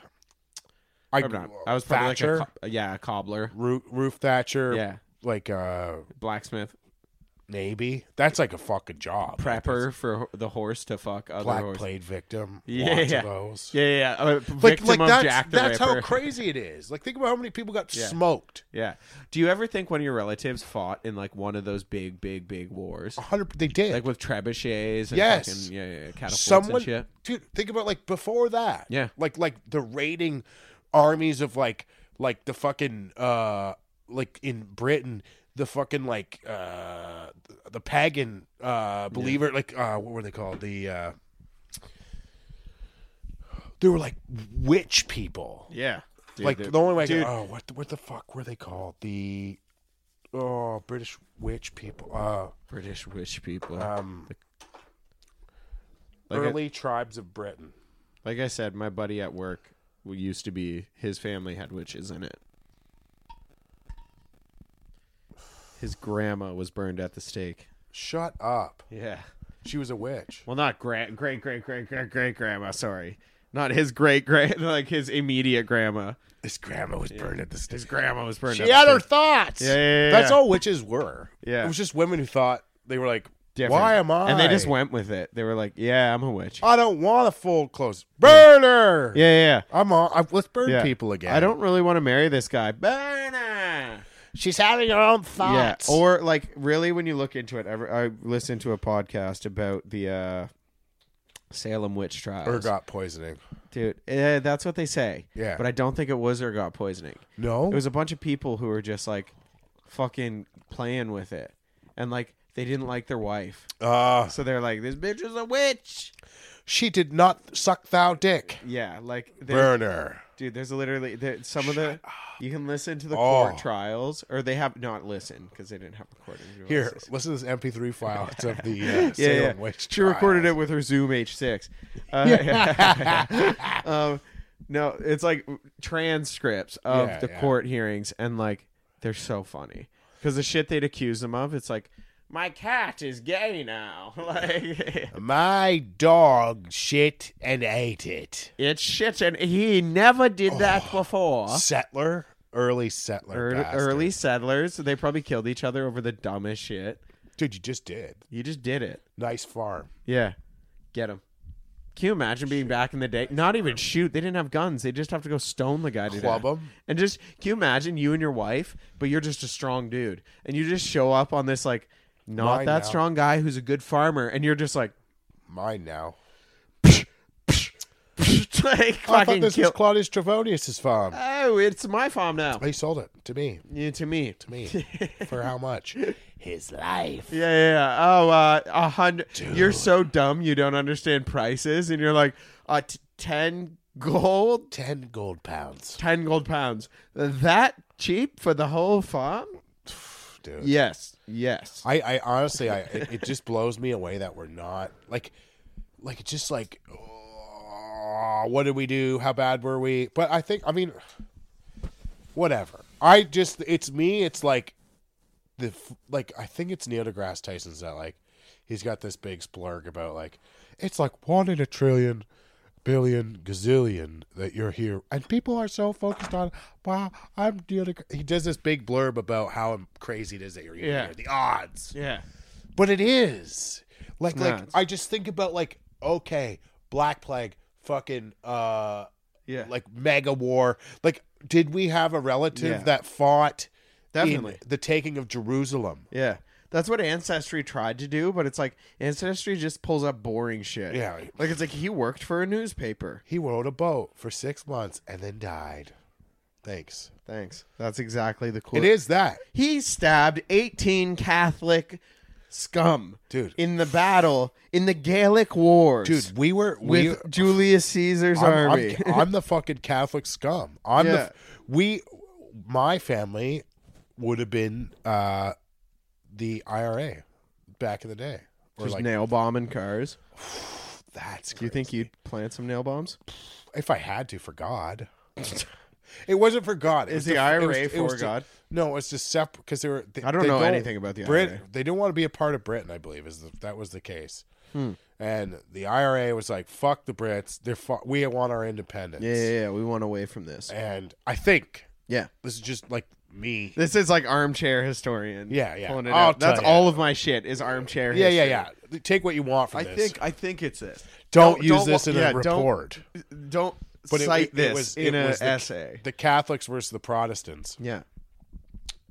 [SPEAKER 2] I,
[SPEAKER 1] Probably not. I was probably
[SPEAKER 2] Thatcher,
[SPEAKER 1] like a co- yeah, a cobbler.
[SPEAKER 2] Roo- roof Thatcher.
[SPEAKER 1] Yeah,
[SPEAKER 2] Like uh
[SPEAKER 1] blacksmith,
[SPEAKER 2] Navy. That's like a fucking job.
[SPEAKER 1] prepper for ho- the horse to fuck other
[SPEAKER 2] Black
[SPEAKER 1] horse.
[SPEAKER 2] plate victim.
[SPEAKER 1] Yeah.
[SPEAKER 2] Lots of those.
[SPEAKER 1] Yeah, yeah, yeah. Uh, victim
[SPEAKER 2] Like, like
[SPEAKER 1] of
[SPEAKER 2] that's,
[SPEAKER 1] Jack the
[SPEAKER 2] that's how
[SPEAKER 1] Ripper.
[SPEAKER 2] crazy it is. Like, think about how many people got
[SPEAKER 1] Yeah.
[SPEAKER 2] smoked.
[SPEAKER 1] yeah. Do you ever think one of your relatives fought in like one of those big, big, big wars,
[SPEAKER 2] A hundred. They did.
[SPEAKER 1] like with trebuchets and
[SPEAKER 2] Oh, Yes.
[SPEAKER 1] fucking yeah, yeah, yeah, catapults
[SPEAKER 2] Someone,
[SPEAKER 1] and shit?
[SPEAKER 2] dude. Think about like before that.
[SPEAKER 1] Yeah.
[SPEAKER 2] Like, like the raiding armies of like, like the fucking, uh, like in Britain, the fucking like, uh, the pagan, uh, believer. Like, uh, what were they called? The, uh, they were like witch people.
[SPEAKER 1] Yeah. Dude,
[SPEAKER 2] like
[SPEAKER 1] they're-
[SPEAKER 2] the only way. I
[SPEAKER 1] dude.
[SPEAKER 2] can, oh, what the, what the fuck were they called? The oh British witch people. Uh,
[SPEAKER 1] British witch people.
[SPEAKER 2] um,
[SPEAKER 1] Like I-
[SPEAKER 2] early tribes of Britain.
[SPEAKER 1] Like I said, my buddy at work w- used to be his family had witches in it. His grandma was burned at the stake.
[SPEAKER 2] Shut up.
[SPEAKER 1] Yeah.
[SPEAKER 2] She was a witch.
[SPEAKER 1] Well, not great, great, great, great, great, great grandma. Sorry, not his great great, like his immediate grandma.
[SPEAKER 2] His grandma was burned at the stake.
[SPEAKER 1] His grandma was burned.
[SPEAKER 2] She
[SPEAKER 1] at the
[SPEAKER 2] had her
[SPEAKER 1] stake.
[SPEAKER 2] thoughts.
[SPEAKER 1] Yeah, yeah, yeah,
[SPEAKER 2] That's
[SPEAKER 1] yeah.
[SPEAKER 2] all witches were.
[SPEAKER 1] Yeah.
[SPEAKER 2] It was just women who thought they were like,
[SPEAKER 1] Different.
[SPEAKER 2] why am I?
[SPEAKER 1] And they just went with it. They were like, "Yeah, I'm a witch."
[SPEAKER 2] I don't want a full close burner.
[SPEAKER 1] Yeah, yeah,
[SPEAKER 2] I'm on. I, let's burn
[SPEAKER 1] yeah.
[SPEAKER 2] people
[SPEAKER 1] yeah.
[SPEAKER 2] again.
[SPEAKER 1] I don't really want to marry this guy. Burner.
[SPEAKER 2] She's having her own
[SPEAKER 1] Yeah,
[SPEAKER 2] thoughts.
[SPEAKER 1] or like really, when you look into it, ever I listened to a podcast about the uh, Salem witch trials,
[SPEAKER 2] got poisoning.
[SPEAKER 1] dude. eh, that's what they say.
[SPEAKER 2] Yeah.
[SPEAKER 1] but I don't think it was ergot poisoning.
[SPEAKER 2] No.
[SPEAKER 1] It was a bunch of people who were just like fucking playing with it, and like they didn't like their wife,
[SPEAKER 2] uh,
[SPEAKER 1] so they're like, "This bitch is a witch."
[SPEAKER 2] she did not suck thou dick.
[SPEAKER 1] Yeah, like they're
[SPEAKER 2] Burner.
[SPEAKER 1] Dude, there's literally there, some of the you can listen to the
[SPEAKER 2] Oh.
[SPEAKER 1] court trials, or they have not listened because they didn't have recording.
[SPEAKER 2] Here,
[SPEAKER 1] devices.
[SPEAKER 2] listen to this MP3 file. It's of the uh,
[SPEAKER 1] yeah,
[SPEAKER 2] Salem
[SPEAKER 1] yeah.
[SPEAKER 2] witch.
[SPEAKER 1] She recorded
[SPEAKER 2] trials.
[SPEAKER 1] it with her Zoom H6. Uh, um, no, it's like transcripts of
[SPEAKER 2] Yeah,
[SPEAKER 1] the
[SPEAKER 2] yeah.
[SPEAKER 1] court hearings, and like they're so funny because the shit they'd accuse them of, it's like my cat is gay now, like
[SPEAKER 2] My dog shit and ate it.
[SPEAKER 1] it's shit, and he never did that before.
[SPEAKER 2] settler, early
[SPEAKER 1] Ear-
[SPEAKER 2] settler, Oh, bastard.
[SPEAKER 1] Early settlers, they probably killed each other over the dumbest shit.
[SPEAKER 2] dude. You just did
[SPEAKER 1] You just did it.
[SPEAKER 2] nice farm.
[SPEAKER 1] Yeah. Get him. Can you imagine being back in the day? Not even shoot. They didn't have guns. They just have to go stone the guy to
[SPEAKER 2] Club
[SPEAKER 1] death.
[SPEAKER 2] him.
[SPEAKER 1] And just can you imagine you and your wife, but you're just a strong dude, and you just show up on this like not
[SPEAKER 2] Mine
[SPEAKER 1] that
[SPEAKER 2] now.
[SPEAKER 1] strong guy who's a good farmer, and you're just like,
[SPEAKER 2] Mine now. Oh,
[SPEAKER 1] like
[SPEAKER 2] I thought
[SPEAKER 1] fucking
[SPEAKER 2] this
[SPEAKER 1] kill.
[SPEAKER 2] was Claudius Trevonius's farm.
[SPEAKER 1] oh, it's my farm now.
[SPEAKER 2] He sold it to me.
[SPEAKER 1] Yeah, to me.
[SPEAKER 2] To me. For how much? His life.
[SPEAKER 1] Yeah, yeah, yeah. Oh, uh, a hundred. You're so dumb. You don't understand prices, and you're like, uh, t- ten gold.
[SPEAKER 2] Ten gold pounds,
[SPEAKER 1] 10 gold pounds. That cheap for the whole farm?
[SPEAKER 2] dude.
[SPEAKER 1] Yes. Yes.
[SPEAKER 2] I, I honestly, I it, it just blows me away that we're not like, like it's just like, oh, what did we do? How bad were we? But I think, I mean, whatever. I just, it's me. It's like the f- like. I think it's Neil deGrasse Tyson's that like, he's got this big splurg about like, it's like one in a trillion, billion, gazillion that you're here, and people are so focused on. Wow, I'm Neil deGrasse. He does this big blurb about how crazy it is that you're even
[SPEAKER 1] Yeah.
[SPEAKER 2] here. The odds
[SPEAKER 1] yeah.
[SPEAKER 2] but it is like like
[SPEAKER 1] not.
[SPEAKER 2] I just think about like okay, Black Plague, fucking uh,
[SPEAKER 1] Yeah.
[SPEAKER 2] like Mega War. Like, did we have a relative
[SPEAKER 1] Yeah.
[SPEAKER 2] that fought in
[SPEAKER 1] Definitely.
[SPEAKER 2] the taking of Jerusalem?
[SPEAKER 1] yeah. That's what Ancestry tried to do, but it's like Ancestry just pulls up boring shit.
[SPEAKER 2] Yeah,
[SPEAKER 1] Like it's like he worked for a newspaper.
[SPEAKER 2] he rowed a boat for six months and then died. Thanks.
[SPEAKER 1] Thanks. That's exactly the cool.
[SPEAKER 2] It is that,
[SPEAKER 1] He stabbed 18 Catholic scum
[SPEAKER 2] Dude.
[SPEAKER 1] in the battle in the Gaelic Wars.
[SPEAKER 2] dude. We were we.
[SPEAKER 1] with Julius Caesar's
[SPEAKER 2] I'm,
[SPEAKER 1] army.
[SPEAKER 2] I'm, I'm the fucking Catholic scum. I'm the
[SPEAKER 1] Yeah.
[SPEAKER 2] the we my family would have been uh, the IRA back in the day. Or
[SPEAKER 1] Just
[SPEAKER 2] like
[SPEAKER 1] nail bombing cars.
[SPEAKER 2] that's
[SPEAKER 1] Do you think you'd plant some nail bombs?
[SPEAKER 2] if I had to for God. it wasn't for God. It
[SPEAKER 1] Is
[SPEAKER 2] was
[SPEAKER 1] the
[SPEAKER 2] to- it
[SPEAKER 1] IRA
[SPEAKER 2] was- it
[SPEAKER 1] for
[SPEAKER 2] was to-
[SPEAKER 1] God?
[SPEAKER 2] no, it's just separate because they were. They,
[SPEAKER 1] I don't
[SPEAKER 2] they
[SPEAKER 1] know anything about the
[SPEAKER 2] Brit-
[SPEAKER 1] IRA.
[SPEAKER 2] They didn't want to be a part of Britain. I believe is the, that was the case.
[SPEAKER 1] Hmm.
[SPEAKER 2] And the IRA was like, "Fuck the Brits. They're fu- we want our independence."
[SPEAKER 1] Yeah, yeah, yeah. We want away from this.
[SPEAKER 2] And I think
[SPEAKER 1] Yeah.
[SPEAKER 2] this is just like me.
[SPEAKER 1] This is like armchair historian.
[SPEAKER 2] Yeah, yeah.
[SPEAKER 1] pulling it
[SPEAKER 2] I'll
[SPEAKER 1] out. That's
[SPEAKER 2] tell you.
[SPEAKER 1] all of my shit is armchair.
[SPEAKER 2] yeah, yeah,
[SPEAKER 1] history.
[SPEAKER 2] yeah. Take what you want from
[SPEAKER 1] I
[SPEAKER 2] this.
[SPEAKER 1] think I think it's this.
[SPEAKER 2] don't, use
[SPEAKER 1] wa-
[SPEAKER 2] this in
[SPEAKER 1] yeah,
[SPEAKER 2] a
[SPEAKER 1] don't-
[SPEAKER 2] report.
[SPEAKER 1] Don't
[SPEAKER 2] But it-
[SPEAKER 1] cite
[SPEAKER 2] it- it
[SPEAKER 1] this
[SPEAKER 2] was-
[SPEAKER 1] in
[SPEAKER 2] it
[SPEAKER 1] an
[SPEAKER 2] was the-
[SPEAKER 1] essay.
[SPEAKER 2] The Catholics versus the Protestants,
[SPEAKER 1] yeah,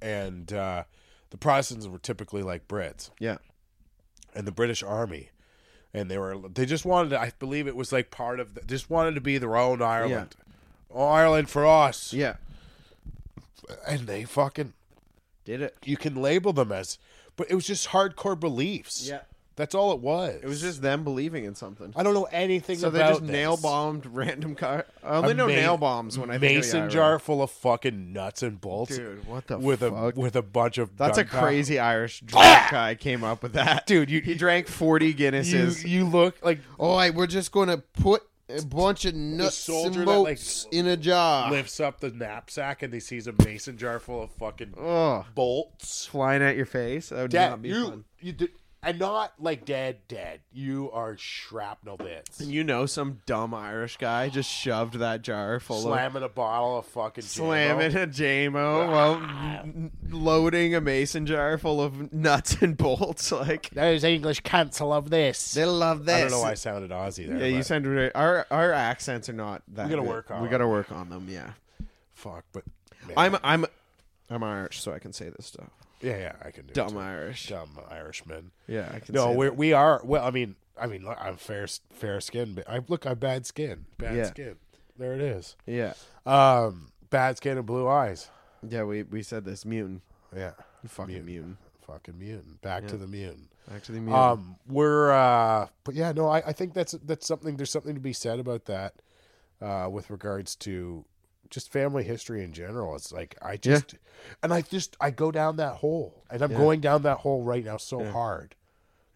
[SPEAKER 2] and uh, the Protestants were typically like Brits.
[SPEAKER 1] yeah.
[SPEAKER 2] and the British Army, and they were they just wanted to, I believe it was like part of the, just wanted to be their own Ireland, oh, Ireland for us,
[SPEAKER 1] Yeah.
[SPEAKER 2] and they fucking
[SPEAKER 1] Did it.
[SPEAKER 2] you can label them as, but it was just hardcore beliefs.
[SPEAKER 1] Yeah.
[SPEAKER 2] that's all it was.
[SPEAKER 1] It was just them believing in something.
[SPEAKER 2] I don't know anything
[SPEAKER 1] So they
[SPEAKER 2] about
[SPEAKER 1] just nail
[SPEAKER 2] this.
[SPEAKER 1] bombed random car. I only
[SPEAKER 2] A
[SPEAKER 1] know
[SPEAKER 2] ma-
[SPEAKER 1] nail bombs when I think of the
[SPEAKER 2] mason
[SPEAKER 1] IRA.
[SPEAKER 2] jar full of fucking nuts and bolts,
[SPEAKER 1] Dude, what the
[SPEAKER 2] with
[SPEAKER 1] fuck?
[SPEAKER 2] a with a bunch of
[SPEAKER 1] That's a
[SPEAKER 2] gunpowder.
[SPEAKER 1] crazy Irish drunk guy came up with that.
[SPEAKER 2] Ah! Dude, you-
[SPEAKER 1] he drank forty
[SPEAKER 2] You
[SPEAKER 1] Guinnesses.
[SPEAKER 2] you look like
[SPEAKER 1] All right, we're just gonna put a bunch of nuts
[SPEAKER 2] soldier
[SPEAKER 1] and
[SPEAKER 2] that, like,
[SPEAKER 1] bolts in a jar.
[SPEAKER 2] lifts up the knapsack and he sees a mason jar full of fucking
[SPEAKER 1] Oh,
[SPEAKER 2] bolts.
[SPEAKER 1] flying at your face. That would
[SPEAKER 2] dead.
[SPEAKER 1] not be
[SPEAKER 2] you,
[SPEAKER 1] fun.
[SPEAKER 2] you did, and not like dead, dead. You are shrapnel bits.
[SPEAKER 1] And you know, some dumb Irish guy just shoved that jar full of
[SPEAKER 2] Slamming a bottle of fucking
[SPEAKER 1] slamming
[SPEAKER 2] Jamo.
[SPEAKER 1] a JMO while n- loading a mason jar full of nuts and bolts. Like
[SPEAKER 2] Those English cancel of this.
[SPEAKER 1] they love this.
[SPEAKER 2] I don't know why I sounded Aussie there.
[SPEAKER 1] Yeah, you
[SPEAKER 2] but-
[SPEAKER 1] sound very- our our accents are not that.
[SPEAKER 2] We gotta
[SPEAKER 1] good.
[SPEAKER 2] work on
[SPEAKER 1] We
[SPEAKER 2] it.
[SPEAKER 1] gotta work on them. Yeah,
[SPEAKER 2] fuck, but man.
[SPEAKER 1] I'm I'm I'm Irish, so I can say this stuff.
[SPEAKER 2] yeah, yeah, I can do
[SPEAKER 1] Dumb
[SPEAKER 2] it
[SPEAKER 1] Irish.
[SPEAKER 2] too. dumb Irishman.
[SPEAKER 1] Yeah, I can.
[SPEAKER 2] No,
[SPEAKER 1] say
[SPEAKER 2] we we are. Well, I mean, I mean, look, I'm fair fair skin. But I look, I'm bad skin, bad
[SPEAKER 1] Yeah.
[SPEAKER 2] skin. There it is.
[SPEAKER 1] that. yeah,
[SPEAKER 2] Um, bad skin and blue eyes.
[SPEAKER 1] yeah. We we said this mutant,
[SPEAKER 2] Yeah,
[SPEAKER 1] fucking mutant, Uh,
[SPEAKER 2] fucking mutant. Back to the mutant.
[SPEAKER 1] actually mutant.
[SPEAKER 2] Um, we're uh, but yeah, no, I, I think that's that's something. There's something to be said about that, uh, with regards to just family history in general. It's like I just, and I just I go down that hole, and I'm going down that hole right now so hard.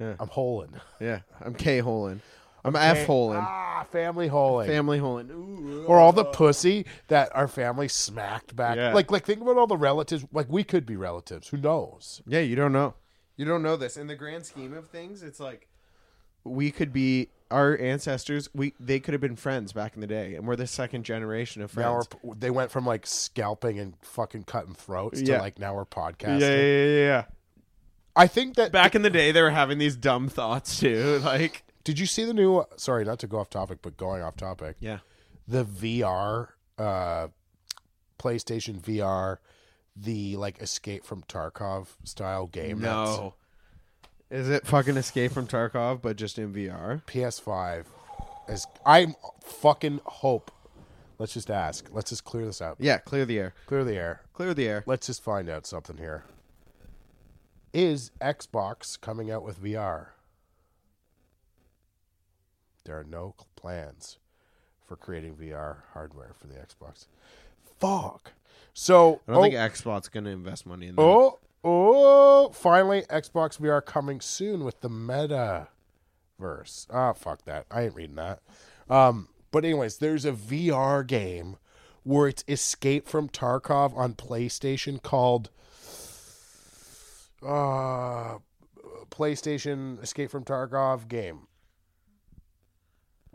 [SPEAKER 1] Yeah.
[SPEAKER 2] I'm holing.
[SPEAKER 1] yeah, I'm K holing. I'm F holing.
[SPEAKER 2] Ah, family holing.
[SPEAKER 1] Family holing. Ooh,
[SPEAKER 2] or all the pussy that our family smacked back.
[SPEAKER 1] Uh, Yeah.
[SPEAKER 2] Like, like think about all the relatives. Like we could be relatives. Who knows?
[SPEAKER 1] Yeah, you don't know. You don't know this. In the grand scheme of things, it's like we could be our ancestors. We they could have been friends back in the day, and we're the second generation of
[SPEAKER 2] Now
[SPEAKER 1] friends.
[SPEAKER 2] we're, they went from like scalping and fucking cutting throats
[SPEAKER 1] Yeah.
[SPEAKER 2] to like now we're podcasting.
[SPEAKER 1] yeah, yeah.
[SPEAKER 2] I think that.
[SPEAKER 1] Back in the day, they were having these dumb thoughts too. Like,
[SPEAKER 2] Did you see the new? Sorry, not to go off topic, but going off topic.
[SPEAKER 1] yeah,
[SPEAKER 2] The VR, uh, PlayStation VR, the like Escape from Tarkov style game.
[SPEAKER 1] no. Is it fucking Escape from Tarkov, but just in VR?
[SPEAKER 2] That's PS5. As I'm fucking hope. Let's just ask. Let's just clear this out.
[SPEAKER 1] Yeah, clear the air.
[SPEAKER 2] Clear the air.
[SPEAKER 1] Clear the air.
[SPEAKER 2] Let's just find out something here. Is Xbox coming out with VR? There are no cl- plans for creating VR hardware for the Xbox. Fuck. So,
[SPEAKER 1] I don't
[SPEAKER 2] oh,
[SPEAKER 1] think Xbox gonna invest money in that.
[SPEAKER 2] oh, oh, finally, Xbox VR coming soon with the meta verse. Ah, fuck that. I ain't reading that. Um, but anyways, there's a VR game where it's Escape from Tarkov on PlayStation called uh PlayStation Escape from Tarkov game.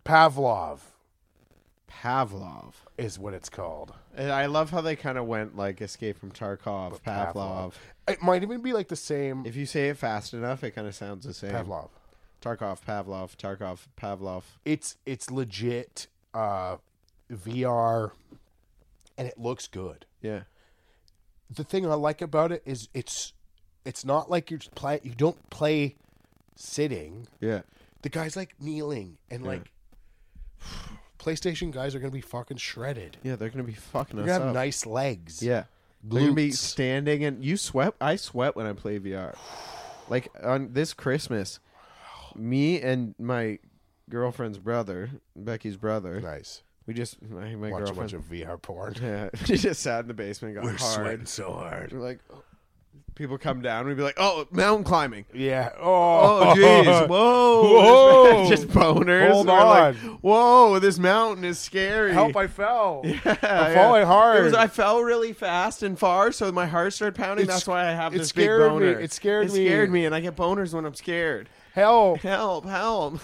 [SPEAKER 2] Pavlov
[SPEAKER 1] Pavlov.
[SPEAKER 2] is what it's called.
[SPEAKER 1] And I love how they kind of went like Escape from Tarkov, Pavlov.
[SPEAKER 2] It might even be like the same
[SPEAKER 1] If you say it fast enough, it kind of sounds the same.
[SPEAKER 2] Pavlov.
[SPEAKER 1] Tarkov, Pavlov, Tarkov, Pavlov.
[SPEAKER 2] It's it's legit uh VR and it looks good.
[SPEAKER 1] Yeah.
[SPEAKER 2] the thing I like about it is it's it's not like you're just play you don't play sitting.
[SPEAKER 1] Yeah.
[SPEAKER 2] The guy's like kneeling and like PlayStation guys are gonna be fucking shredded.
[SPEAKER 1] Yeah, they're going to be fucking
[SPEAKER 2] You're
[SPEAKER 1] us
[SPEAKER 2] gonna
[SPEAKER 1] up.
[SPEAKER 2] have nice legs.
[SPEAKER 1] yeah. They're going to be
[SPEAKER 2] glutes.
[SPEAKER 1] standing and you sweat. I sweat when I play VR. Like on this Christmas, me and my girlfriend's brother, Becky's brother,
[SPEAKER 2] Nice.
[SPEAKER 1] We just my, my
[SPEAKER 2] Watch a bunch
[SPEAKER 1] girlfriend.
[SPEAKER 2] of VR porn.
[SPEAKER 1] Yeah, she just sat in the basement, got hard.
[SPEAKER 2] so hard.
[SPEAKER 1] We're like, oh. people come down, we'd be like, oh, mountain climbing.
[SPEAKER 2] Yeah.
[SPEAKER 1] Oh
[SPEAKER 2] Oh,
[SPEAKER 1] jeez! Whoa!
[SPEAKER 2] Whoa.
[SPEAKER 1] just boners.
[SPEAKER 2] Hold
[SPEAKER 1] We're like,
[SPEAKER 2] on.
[SPEAKER 1] Whoa! This mountain is scary.
[SPEAKER 2] Help! I fell.
[SPEAKER 1] Yeah, yeah.
[SPEAKER 2] falling hard.
[SPEAKER 1] It was- I fell really fast and far, so my heart started pounding.
[SPEAKER 2] It's-
[SPEAKER 1] That's why I have
[SPEAKER 2] it
[SPEAKER 1] this
[SPEAKER 2] scared me.
[SPEAKER 1] big boner.
[SPEAKER 2] It scared me.
[SPEAKER 1] It scared me, and I get boners when I'm scared.
[SPEAKER 2] Help!
[SPEAKER 1] Help! Help!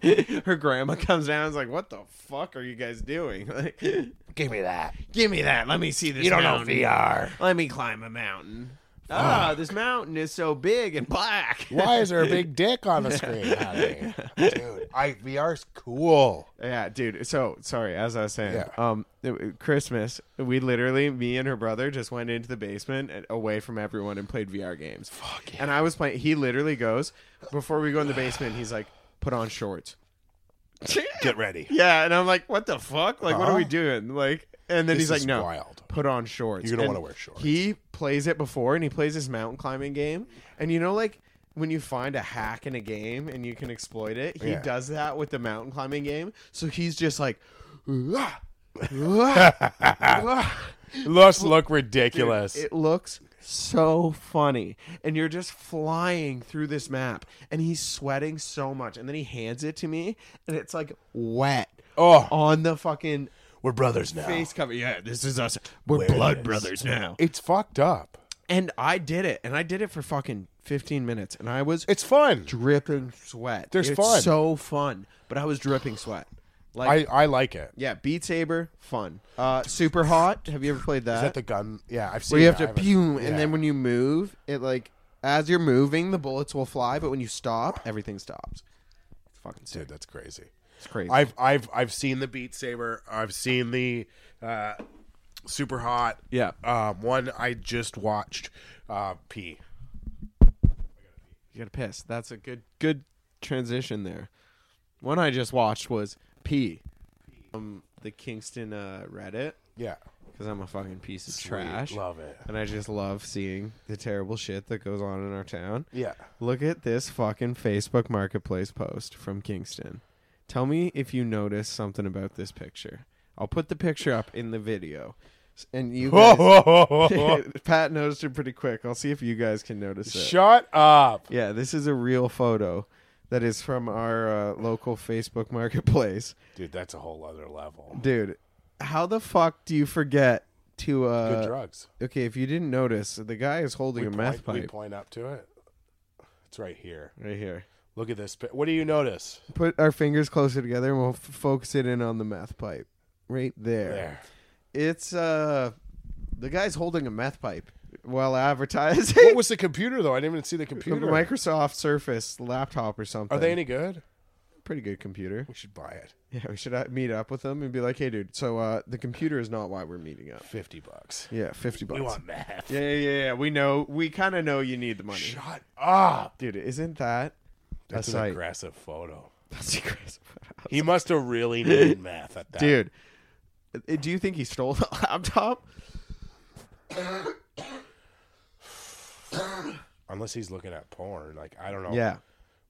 [SPEAKER 1] Her grandma comes down. and is like, "What the fuck are you guys doing? Like,
[SPEAKER 2] Give me that.
[SPEAKER 1] give me that. Let me see this.
[SPEAKER 2] You don't know
[SPEAKER 1] mountain.
[SPEAKER 2] VR.
[SPEAKER 1] Let me climb a mountain. Ah, this mountain is so big and black.
[SPEAKER 2] Why is there a big dick on the screen, honey? Dude, I VR's cool.
[SPEAKER 1] Yeah, dude. So sorry, as I was saying,
[SPEAKER 2] Yeah.
[SPEAKER 1] um, it- Christmas, we literally, me and her brother, just went into the basement and away from everyone and played VR games. Fuck And I was playing. He literally goes before we go in the basement. He's like, "Put on shorts."
[SPEAKER 2] Get ready.
[SPEAKER 1] yeah, and I'm like, "What the fuck? Like, what are we
[SPEAKER 2] Huh?
[SPEAKER 1] doing?" Like, and then
[SPEAKER 2] This
[SPEAKER 1] he's like,
[SPEAKER 2] is
[SPEAKER 1] "No,
[SPEAKER 2] wild.
[SPEAKER 1] put on shorts."
[SPEAKER 2] You're gonna
[SPEAKER 1] And
[SPEAKER 2] wanna wear shorts.
[SPEAKER 1] He plays it before, and he plays this mountain climbing game, and you know, like. When you find a hack in a game and you can exploit it, he
[SPEAKER 2] Yeah.
[SPEAKER 1] does that with the mountain climbing game. So he's just like,
[SPEAKER 2] Ah. Must look ridiculous.
[SPEAKER 1] It looks so funny. And you're just flying through this map. And he's sweating so much. And then he hands it to me. And it's like wet
[SPEAKER 2] oh,
[SPEAKER 1] on the fucking
[SPEAKER 2] we're brothers now.
[SPEAKER 1] face cover. Yeah, this is us. We're
[SPEAKER 2] Where
[SPEAKER 1] blood
[SPEAKER 2] it is.
[SPEAKER 1] brothers now.
[SPEAKER 2] It's fucked up.
[SPEAKER 1] And I did it. And I did it for fucking 15 minutes. And I was
[SPEAKER 2] It's fun.
[SPEAKER 1] dripping sweat.
[SPEAKER 2] There's
[SPEAKER 1] it's
[SPEAKER 2] fun.
[SPEAKER 1] so fun. But I was dripping sweat. Like,
[SPEAKER 2] I, I like it.
[SPEAKER 1] yeah, Beat Saber, fun. Uh, Super Hot. Have you ever played that?
[SPEAKER 2] Is that the gun? Yeah, I've seen.
[SPEAKER 1] where you uh, have
[SPEAKER 2] it. I
[SPEAKER 1] to
[SPEAKER 2] haven't-
[SPEAKER 1] pew,
[SPEAKER 2] yeah.
[SPEAKER 1] and then when you move, it like as you're moving, the bullets will fly, but when you stop, everything stops. It's fucking sick.
[SPEAKER 2] dude, that's crazy.
[SPEAKER 1] It's crazy.
[SPEAKER 2] I've I've I've seen the Beat Saber. I've seen the uh, Super Hot.
[SPEAKER 1] yeah.
[SPEAKER 2] Um, one I just watched. Uh, P.
[SPEAKER 1] You gotta piss. That's a good good transition there. One I just watched was P. Um, the Kingston uh, Reddit
[SPEAKER 2] Yeah.
[SPEAKER 1] because I'm a fucking piece of trash,
[SPEAKER 2] Love it.
[SPEAKER 1] and I just love seeing the terrible shit that goes on in our town.
[SPEAKER 2] Yeah.
[SPEAKER 1] Look at this fucking Facebook Marketplace post from Kingston. Tell me if you notice something about this picture. I'll put the picture up in the video. S- And you guys, Pat noticed it pretty quick. I'll see if you guys can notice it.
[SPEAKER 2] Shut up.
[SPEAKER 1] Yeah, this is a real photo that is from our uh, local Facebook Marketplace.
[SPEAKER 2] Dude, that's a whole other level.
[SPEAKER 1] Dude, how the fuck do you forget to
[SPEAKER 2] Good
[SPEAKER 1] uh
[SPEAKER 2] drugs.
[SPEAKER 1] Okay, if you didn't notice, the guy is holding a meth
[SPEAKER 2] Point, we
[SPEAKER 1] pipe
[SPEAKER 2] point up to it. It's right here.
[SPEAKER 1] right here.
[SPEAKER 2] Look at this. pi- What do you notice?
[SPEAKER 1] put our fingers closer together and we'll f- focus it in on the meth pipe right there.
[SPEAKER 2] There.
[SPEAKER 1] It's uh the guy's holding a meth pipe while advertising
[SPEAKER 2] What was the computer though? I didn't even see the
[SPEAKER 1] a
[SPEAKER 2] computer.
[SPEAKER 1] Microsoft Surface laptop or something.
[SPEAKER 2] Are they any good?
[SPEAKER 1] pretty good computer?
[SPEAKER 2] We should buy it.
[SPEAKER 1] Yeah, we should uh, meet up with them and be like, "Hey, dude, so uh, the computer is not why we're meeting up.
[SPEAKER 2] Fifty bucks.
[SPEAKER 1] Yeah, fifty bucks.
[SPEAKER 2] We want math.
[SPEAKER 1] yeah, yeah, yeah, yeah. We know. We kind of know you need the money,
[SPEAKER 2] Shut up.
[SPEAKER 1] dude. Isn't that
[SPEAKER 2] That's
[SPEAKER 1] a
[SPEAKER 2] an
[SPEAKER 1] sight?
[SPEAKER 2] aggressive photo.
[SPEAKER 1] That's aggressive.
[SPEAKER 2] He must have really needed math at that.
[SPEAKER 1] dude. uh, Do you think he stole the laptop?
[SPEAKER 2] Unless he's looking at porn. Like, I don't know.
[SPEAKER 1] Yeah.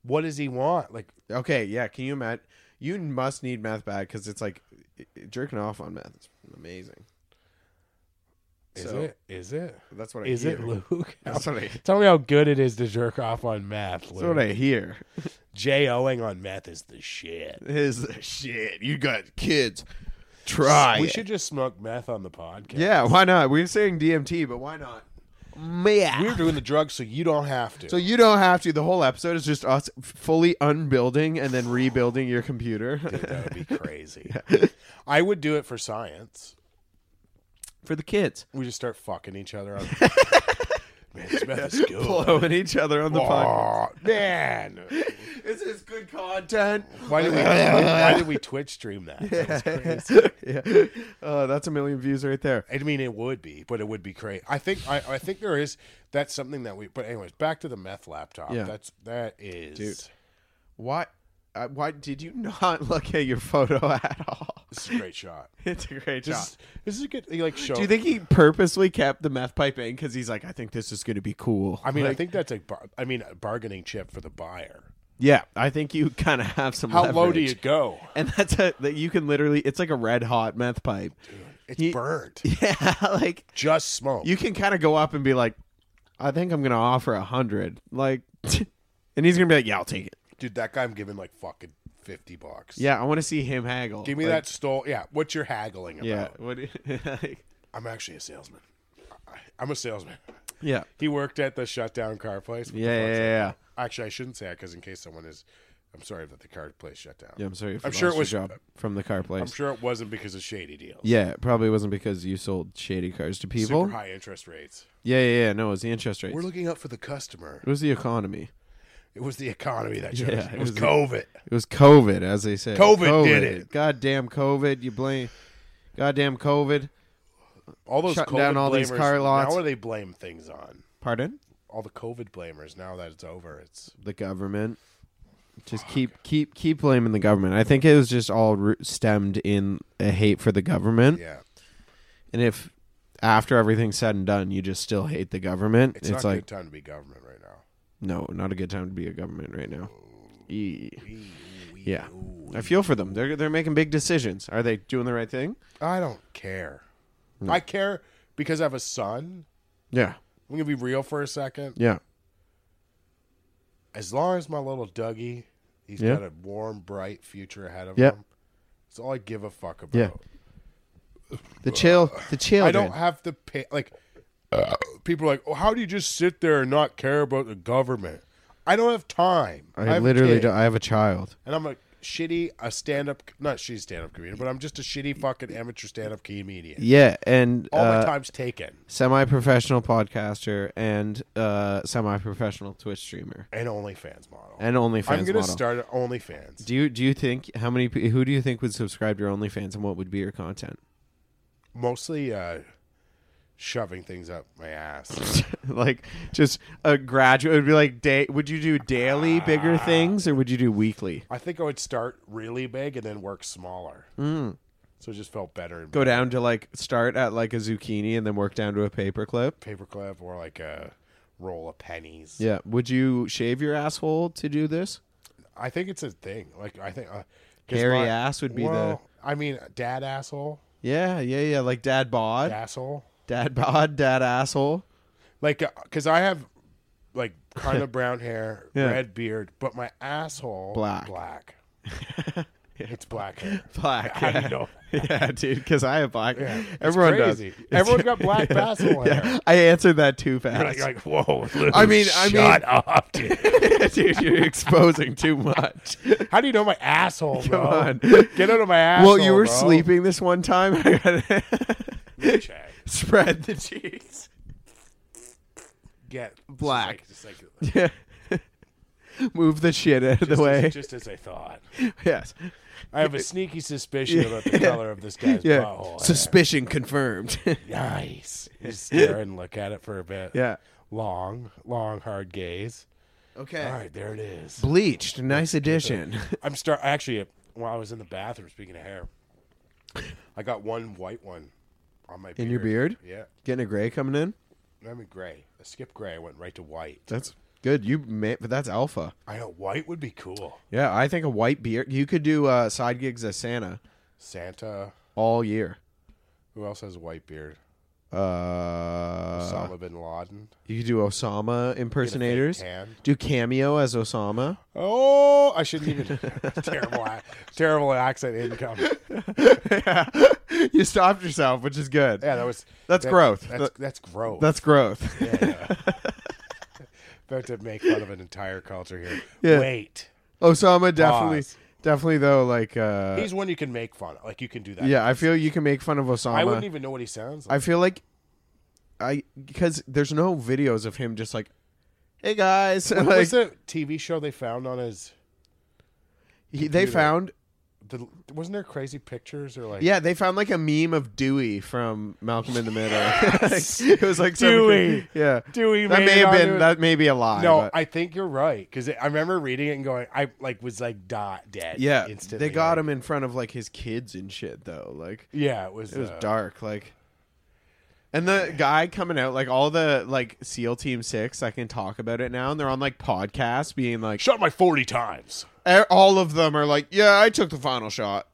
[SPEAKER 2] What does he want? Like,
[SPEAKER 1] Okay, yeah. Can you imagine? You must need meth bad because it's like i- i- jerking off on meth. is amazing.
[SPEAKER 2] is
[SPEAKER 1] So-
[SPEAKER 2] it? Is it?
[SPEAKER 1] That's what I
[SPEAKER 2] Is
[SPEAKER 1] hear.
[SPEAKER 2] it, Luke?
[SPEAKER 1] That's what I.
[SPEAKER 2] Tell me how good it is to jerk off on math,
[SPEAKER 1] That's what
[SPEAKER 2] Luke.
[SPEAKER 1] I hear.
[SPEAKER 2] J-O-ing on math is the shit.
[SPEAKER 1] Is the shit you got kids? Try.
[SPEAKER 2] we
[SPEAKER 1] it.
[SPEAKER 2] should just smoke meth on the podcast.
[SPEAKER 1] Yeah, why not? We're saying DMT, but why not? Meth.
[SPEAKER 2] We're doing the drugs so you don't have to.
[SPEAKER 1] so you don't have to. The whole episode is just us fully unbuilding and then rebuilding your computer
[SPEAKER 2] that would be crazy. I would do it for science.
[SPEAKER 1] for the kids,
[SPEAKER 2] We just start fucking each other up. man, this meth is good.
[SPEAKER 1] blowing each other on the podcast.
[SPEAKER 2] Aw, man.
[SPEAKER 1] This is good content.
[SPEAKER 2] Why did we, why did we Twitch stream that? That was crazy.
[SPEAKER 1] yeah, uh, that's a million views right there.
[SPEAKER 2] I mean, it would be, but it would be great. I think I, I think there is that's something that we. But anyways, back to the meth laptop.
[SPEAKER 1] Yeah.
[SPEAKER 2] That's that is.
[SPEAKER 1] Why? Uh, why did you not look at your photo at all?
[SPEAKER 2] This is a great shot.
[SPEAKER 1] It's a great
[SPEAKER 2] This,
[SPEAKER 1] job.
[SPEAKER 2] is, this is a good like show.
[SPEAKER 1] Do you think he purposely kept the meth pipe in because he's like, I think this is going to be cool?
[SPEAKER 2] I mean, I
[SPEAKER 1] Like,
[SPEAKER 2] think that's a. Bar- I mean, a bargaining chip for the buyer.
[SPEAKER 1] Yeah, I think you kind of have some.
[SPEAKER 2] How low do
[SPEAKER 1] leverage.
[SPEAKER 2] you go?
[SPEAKER 1] And that's a that you can literally. It's like a red hot meth pipe.
[SPEAKER 2] It's
[SPEAKER 1] He-
[SPEAKER 2] burned.
[SPEAKER 1] Yeah, like
[SPEAKER 2] Just smoke.
[SPEAKER 1] you can kind of go up and be like, I think I'm gonna offer a hundred. Like, and he's gonna be like, Yeah, I'll take it.
[SPEAKER 2] Dude, that guy I'm giving like fucking 50 bucks.
[SPEAKER 1] Yeah, I want to see him haggle.
[SPEAKER 2] Give me
[SPEAKER 1] Like,
[SPEAKER 2] that stole. Yeah. What you're haggling about.
[SPEAKER 1] Yeah. What? do you- like-
[SPEAKER 2] I'm actually a salesman. I- I'm a salesman.
[SPEAKER 1] yeah.
[SPEAKER 2] He worked at the shutdown car place. What the
[SPEAKER 1] Yeah. Yeah. Yeah.
[SPEAKER 2] fuck's that?
[SPEAKER 1] yeah.
[SPEAKER 2] Actually, I shouldn't say that because in case someone is, I'm sorry that the car place shut down.
[SPEAKER 1] Yeah, I'm sorry. If
[SPEAKER 2] I'm
[SPEAKER 1] you
[SPEAKER 2] sure
[SPEAKER 1] lost
[SPEAKER 2] it was-
[SPEAKER 1] your job from the car place.
[SPEAKER 2] I'm sure it wasn't because of shady deals.
[SPEAKER 1] Yeah, it probably wasn't because you sold shady cars to people.
[SPEAKER 2] Super high interest rates.
[SPEAKER 1] Yeah, yeah, yeah. No, it was the interest rates.
[SPEAKER 2] We're looking out for the customer.
[SPEAKER 1] it was the economy.
[SPEAKER 2] It was the economy that chose.
[SPEAKER 1] Yeah,
[SPEAKER 2] it,
[SPEAKER 1] it
[SPEAKER 2] was
[SPEAKER 1] was the-
[SPEAKER 2] COVID.
[SPEAKER 1] It was COVID, as they say.
[SPEAKER 2] COVID did it.
[SPEAKER 1] Goddamn COVID. You blame. Goddamn COVID.
[SPEAKER 2] All those
[SPEAKER 1] shutting
[SPEAKER 2] COVID
[SPEAKER 1] down all these
[SPEAKER 2] blamers,
[SPEAKER 1] car lots.
[SPEAKER 2] Now what do they blame things on?
[SPEAKER 1] Pardon?
[SPEAKER 2] All the COVID blamers. Now that it's over, it's
[SPEAKER 1] The government. Just keep keep keep blaming the government. I think it was just all ro- stemmed in a hate for the government.
[SPEAKER 2] yeah.
[SPEAKER 1] And if after everything's said and done, you just still hate the government,
[SPEAKER 2] It's,
[SPEAKER 1] it's,
[SPEAKER 2] not a
[SPEAKER 1] like
[SPEAKER 2] good time to be government right now.
[SPEAKER 1] no, not a good time to be a government right now. E-
[SPEAKER 2] Wee, wee,
[SPEAKER 1] Yeah.
[SPEAKER 2] ooh.
[SPEAKER 1] I feel for them. They're they're making big decisions. Are they doing the right thing?
[SPEAKER 2] I don't care.
[SPEAKER 1] Mm.
[SPEAKER 2] I care because I have a son.
[SPEAKER 1] Yeah.
[SPEAKER 2] I'm gonna be real for a second.
[SPEAKER 1] Yeah.
[SPEAKER 2] as long as my little Dougie, he's
[SPEAKER 1] Yeah.
[SPEAKER 2] got a warm, bright future ahead of
[SPEAKER 1] Yeah.
[SPEAKER 2] him. It's all I give a fuck about.
[SPEAKER 1] Yeah. The chill the children.
[SPEAKER 2] Uh, I don't have to pay. Like people are like, oh, how do you just sit there and not care about the government? I don't have time.
[SPEAKER 1] I
[SPEAKER 2] have a
[SPEAKER 1] literally
[SPEAKER 2] kid,
[SPEAKER 1] don't, I have a child.
[SPEAKER 2] And I'm a shitty, a stand up, not shitty stand up comedian, but I'm just a shitty fucking amateur stand up comedian.
[SPEAKER 1] Yeah, and
[SPEAKER 2] All my
[SPEAKER 1] uh,
[SPEAKER 2] time's taken,
[SPEAKER 1] semi-professional podcaster and uh, semi-professional Twitch streamer
[SPEAKER 2] and OnlyFans model.
[SPEAKER 1] and OnlyFans
[SPEAKER 2] I'm gonna
[SPEAKER 1] model.
[SPEAKER 2] start an OnlyFans.
[SPEAKER 1] do you do you think how many pe- who do you think would subscribe to your OnlyFans and what would be your content?
[SPEAKER 2] Mostly uh, shoving things up my ass.
[SPEAKER 1] like just a graduate would be like day would you do daily bigger things or would you do weekly?
[SPEAKER 2] I think I would start really big and then work smaller. So it just felt better.
[SPEAKER 1] Hmm. Go down to like start at like a zucchini and then work down to a paperclip.
[SPEAKER 2] paperclip or like a roll of pennies.
[SPEAKER 1] Yeah. Would you shave your asshole to do this?
[SPEAKER 2] I think it's a thing. Like I think uh, 'cause
[SPEAKER 1] Hairy
[SPEAKER 2] my-
[SPEAKER 1] ass would be
[SPEAKER 2] well, I mean, dad
[SPEAKER 1] the.
[SPEAKER 2] asshole,
[SPEAKER 1] Yeah, yeah, yeah. Like dad bod,
[SPEAKER 2] asshole.
[SPEAKER 1] dad bod, dad asshole.
[SPEAKER 2] Like because I have like kind of brown hair,
[SPEAKER 1] Yeah.
[SPEAKER 2] red beard, but my asshole
[SPEAKER 1] Black.
[SPEAKER 2] Black. It's black hair.
[SPEAKER 1] Black.
[SPEAKER 2] How do you
[SPEAKER 1] yeah.
[SPEAKER 2] know?
[SPEAKER 1] yeah, dude, because I have black.
[SPEAKER 2] It's
[SPEAKER 1] Everyone
[SPEAKER 2] crazy.
[SPEAKER 1] does.
[SPEAKER 2] Everyone's got black asshole hair.
[SPEAKER 1] Yeah, I answered that too fast.
[SPEAKER 2] You're like, you're like, whoa! Lou,
[SPEAKER 1] I mean- I mean-
[SPEAKER 2] shut up, dude.
[SPEAKER 1] dude, you're exposing too much.
[SPEAKER 2] How do you know my asshole, bro?
[SPEAKER 1] on.
[SPEAKER 2] Get out of my asshole.
[SPEAKER 1] well, you were
[SPEAKER 2] bro.
[SPEAKER 1] sleeping this one time. I gotta
[SPEAKER 2] Check.
[SPEAKER 1] spread the cheeks.
[SPEAKER 2] Get
[SPEAKER 1] Black.
[SPEAKER 2] Just like, just like-
[SPEAKER 1] Yeah. Move the shit out of
[SPEAKER 2] just
[SPEAKER 1] the way.
[SPEAKER 2] As, just as I thought.
[SPEAKER 1] yes.
[SPEAKER 2] I have a sneaky suspicion about the color of this guy's
[SPEAKER 1] Yeah.
[SPEAKER 2] butthole.
[SPEAKER 1] Suspicion confirmed.
[SPEAKER 2] nice. Just stare and look at it for a bit.
[SPEAKER 1] yeah.
[SPEAKER 2] Long, long, hard gaze.
[SPEAKER 1] Okay.
[SPEAKER 2] All right, there it is.
[SPEAKER 1] Bleached. Nice addition.
[SPEAKER 2] I'm start actually while I was in the bathroom. Speaking of hair, I got one white one on my beard.
[SPEAKER 1] In your beard?
[SPEAKER 2] Yeah,
[SPEAKER 1] Getting a gray coming in.
[SPEAKER 2] I mean gray. I skipped gray. I went right to white.
[SPEAKER 1] That's good. You may, but that's alpha.
[SPEAKER 2] I know white would be cool.
[SPEAKER 1] Yeah, I think a white beard. You could do uh, side gigs as Santa
[SPEAKER 2] Santa.
[SPEAKER 1] all year.
[SPEAKER 2] Who else has a white beard?
[SPEAKER 1] Uh,
[SPEAKER 2] Osama bin Laden.
[SPEAKER 1] you could do Osama
[SPEAKER 2] Get a fake
[SPEAKER 1] impersonators.
[SPEAKER 2] tan.
[SPEAKER 1] Do cameo as Osama.
[SPEAKER 2] Oh, I shouldn't even. terrible, ac- terrible accent income.
[SPEAKER 1] you stopped yourself, which is good.
[SPEAKER 2] Yeah, that was.
[SPEAKER 1] That's
[SPEAKER 2] that-
[SPEAKER 1] growth.
[SPEAKER 2] That's, that's growth.
[SPEAKER 1] That's growth.
[SPEAKER 2] About to make fun of an entire culture here.
[SPEAKER 1] Yeah.
[SPEAKER 2] Wait,
[SPEAKER 1] Osama definitely,
[SPEAKER 2] Pause.
[SPEAKER 1] definitely though. Like, uh,
[SPEAKER 2] he's one you can make fun. of. Like you can do that.
[SPEAKER 1] yeah, I feel you can make fun of Osama.
[SPEAKER 2] I wouldn't even know what he sounds like.
[SPEAKER 1] I feel like I because there's no videos of him just like, hey guys,
[SPEAKER 2] What
[SPEAKER 1] like
[SPEAKER 2] was the TV show they found on his?
[SPEAKER 1] he, they found
[SPEAKER 2] The, wasn't there crazy pictures or like?
[SPEAKER 1] yeah they found like a meme of Dewey from Malcolm in the Middle. Like, it was like some-
[SPEAKER 2] Dewey.
[SPEAKER 1] yeah,
[SPEAKER 2] Dewey
[SPEAKER 1] That
[SPEAKER 2] made
[SPEAKER 1] may
[SPEAKER 2] it
[SPEAKER 1] have
[SPEAKER 2] onto
[SPEAKER 1] been
[SPEAKER 2] it.
[SPEAKER 1] that may be a lie.
[SPEAKER 2] No,
[SPEAKER 1] but-
[SPEAKER 2] I think you're right because I remember reading it and going, I like was like dot dead.
[SPEAKER 1] yeah,
[SPEAKER 2] instantly.
[SPEAKER 1] they got
[SPEAKER 2] like-
[SPEAKER 1] him in front of like his kids and shit though. Like
[SPEAKER 2] Yeah, it was.
[SPEAKER 1] it was
[SPEAKER 2] uh,
[SPEAKER 1] dark. Like And the guy coming out, like all the like SEAL Team Six, I can talk about it now, and they're on like podcasts, being like,
[SPEAKER 2] Shot my 40 times.
[SPEAKER 1] e- all of them are like, yeah, I took the final shot.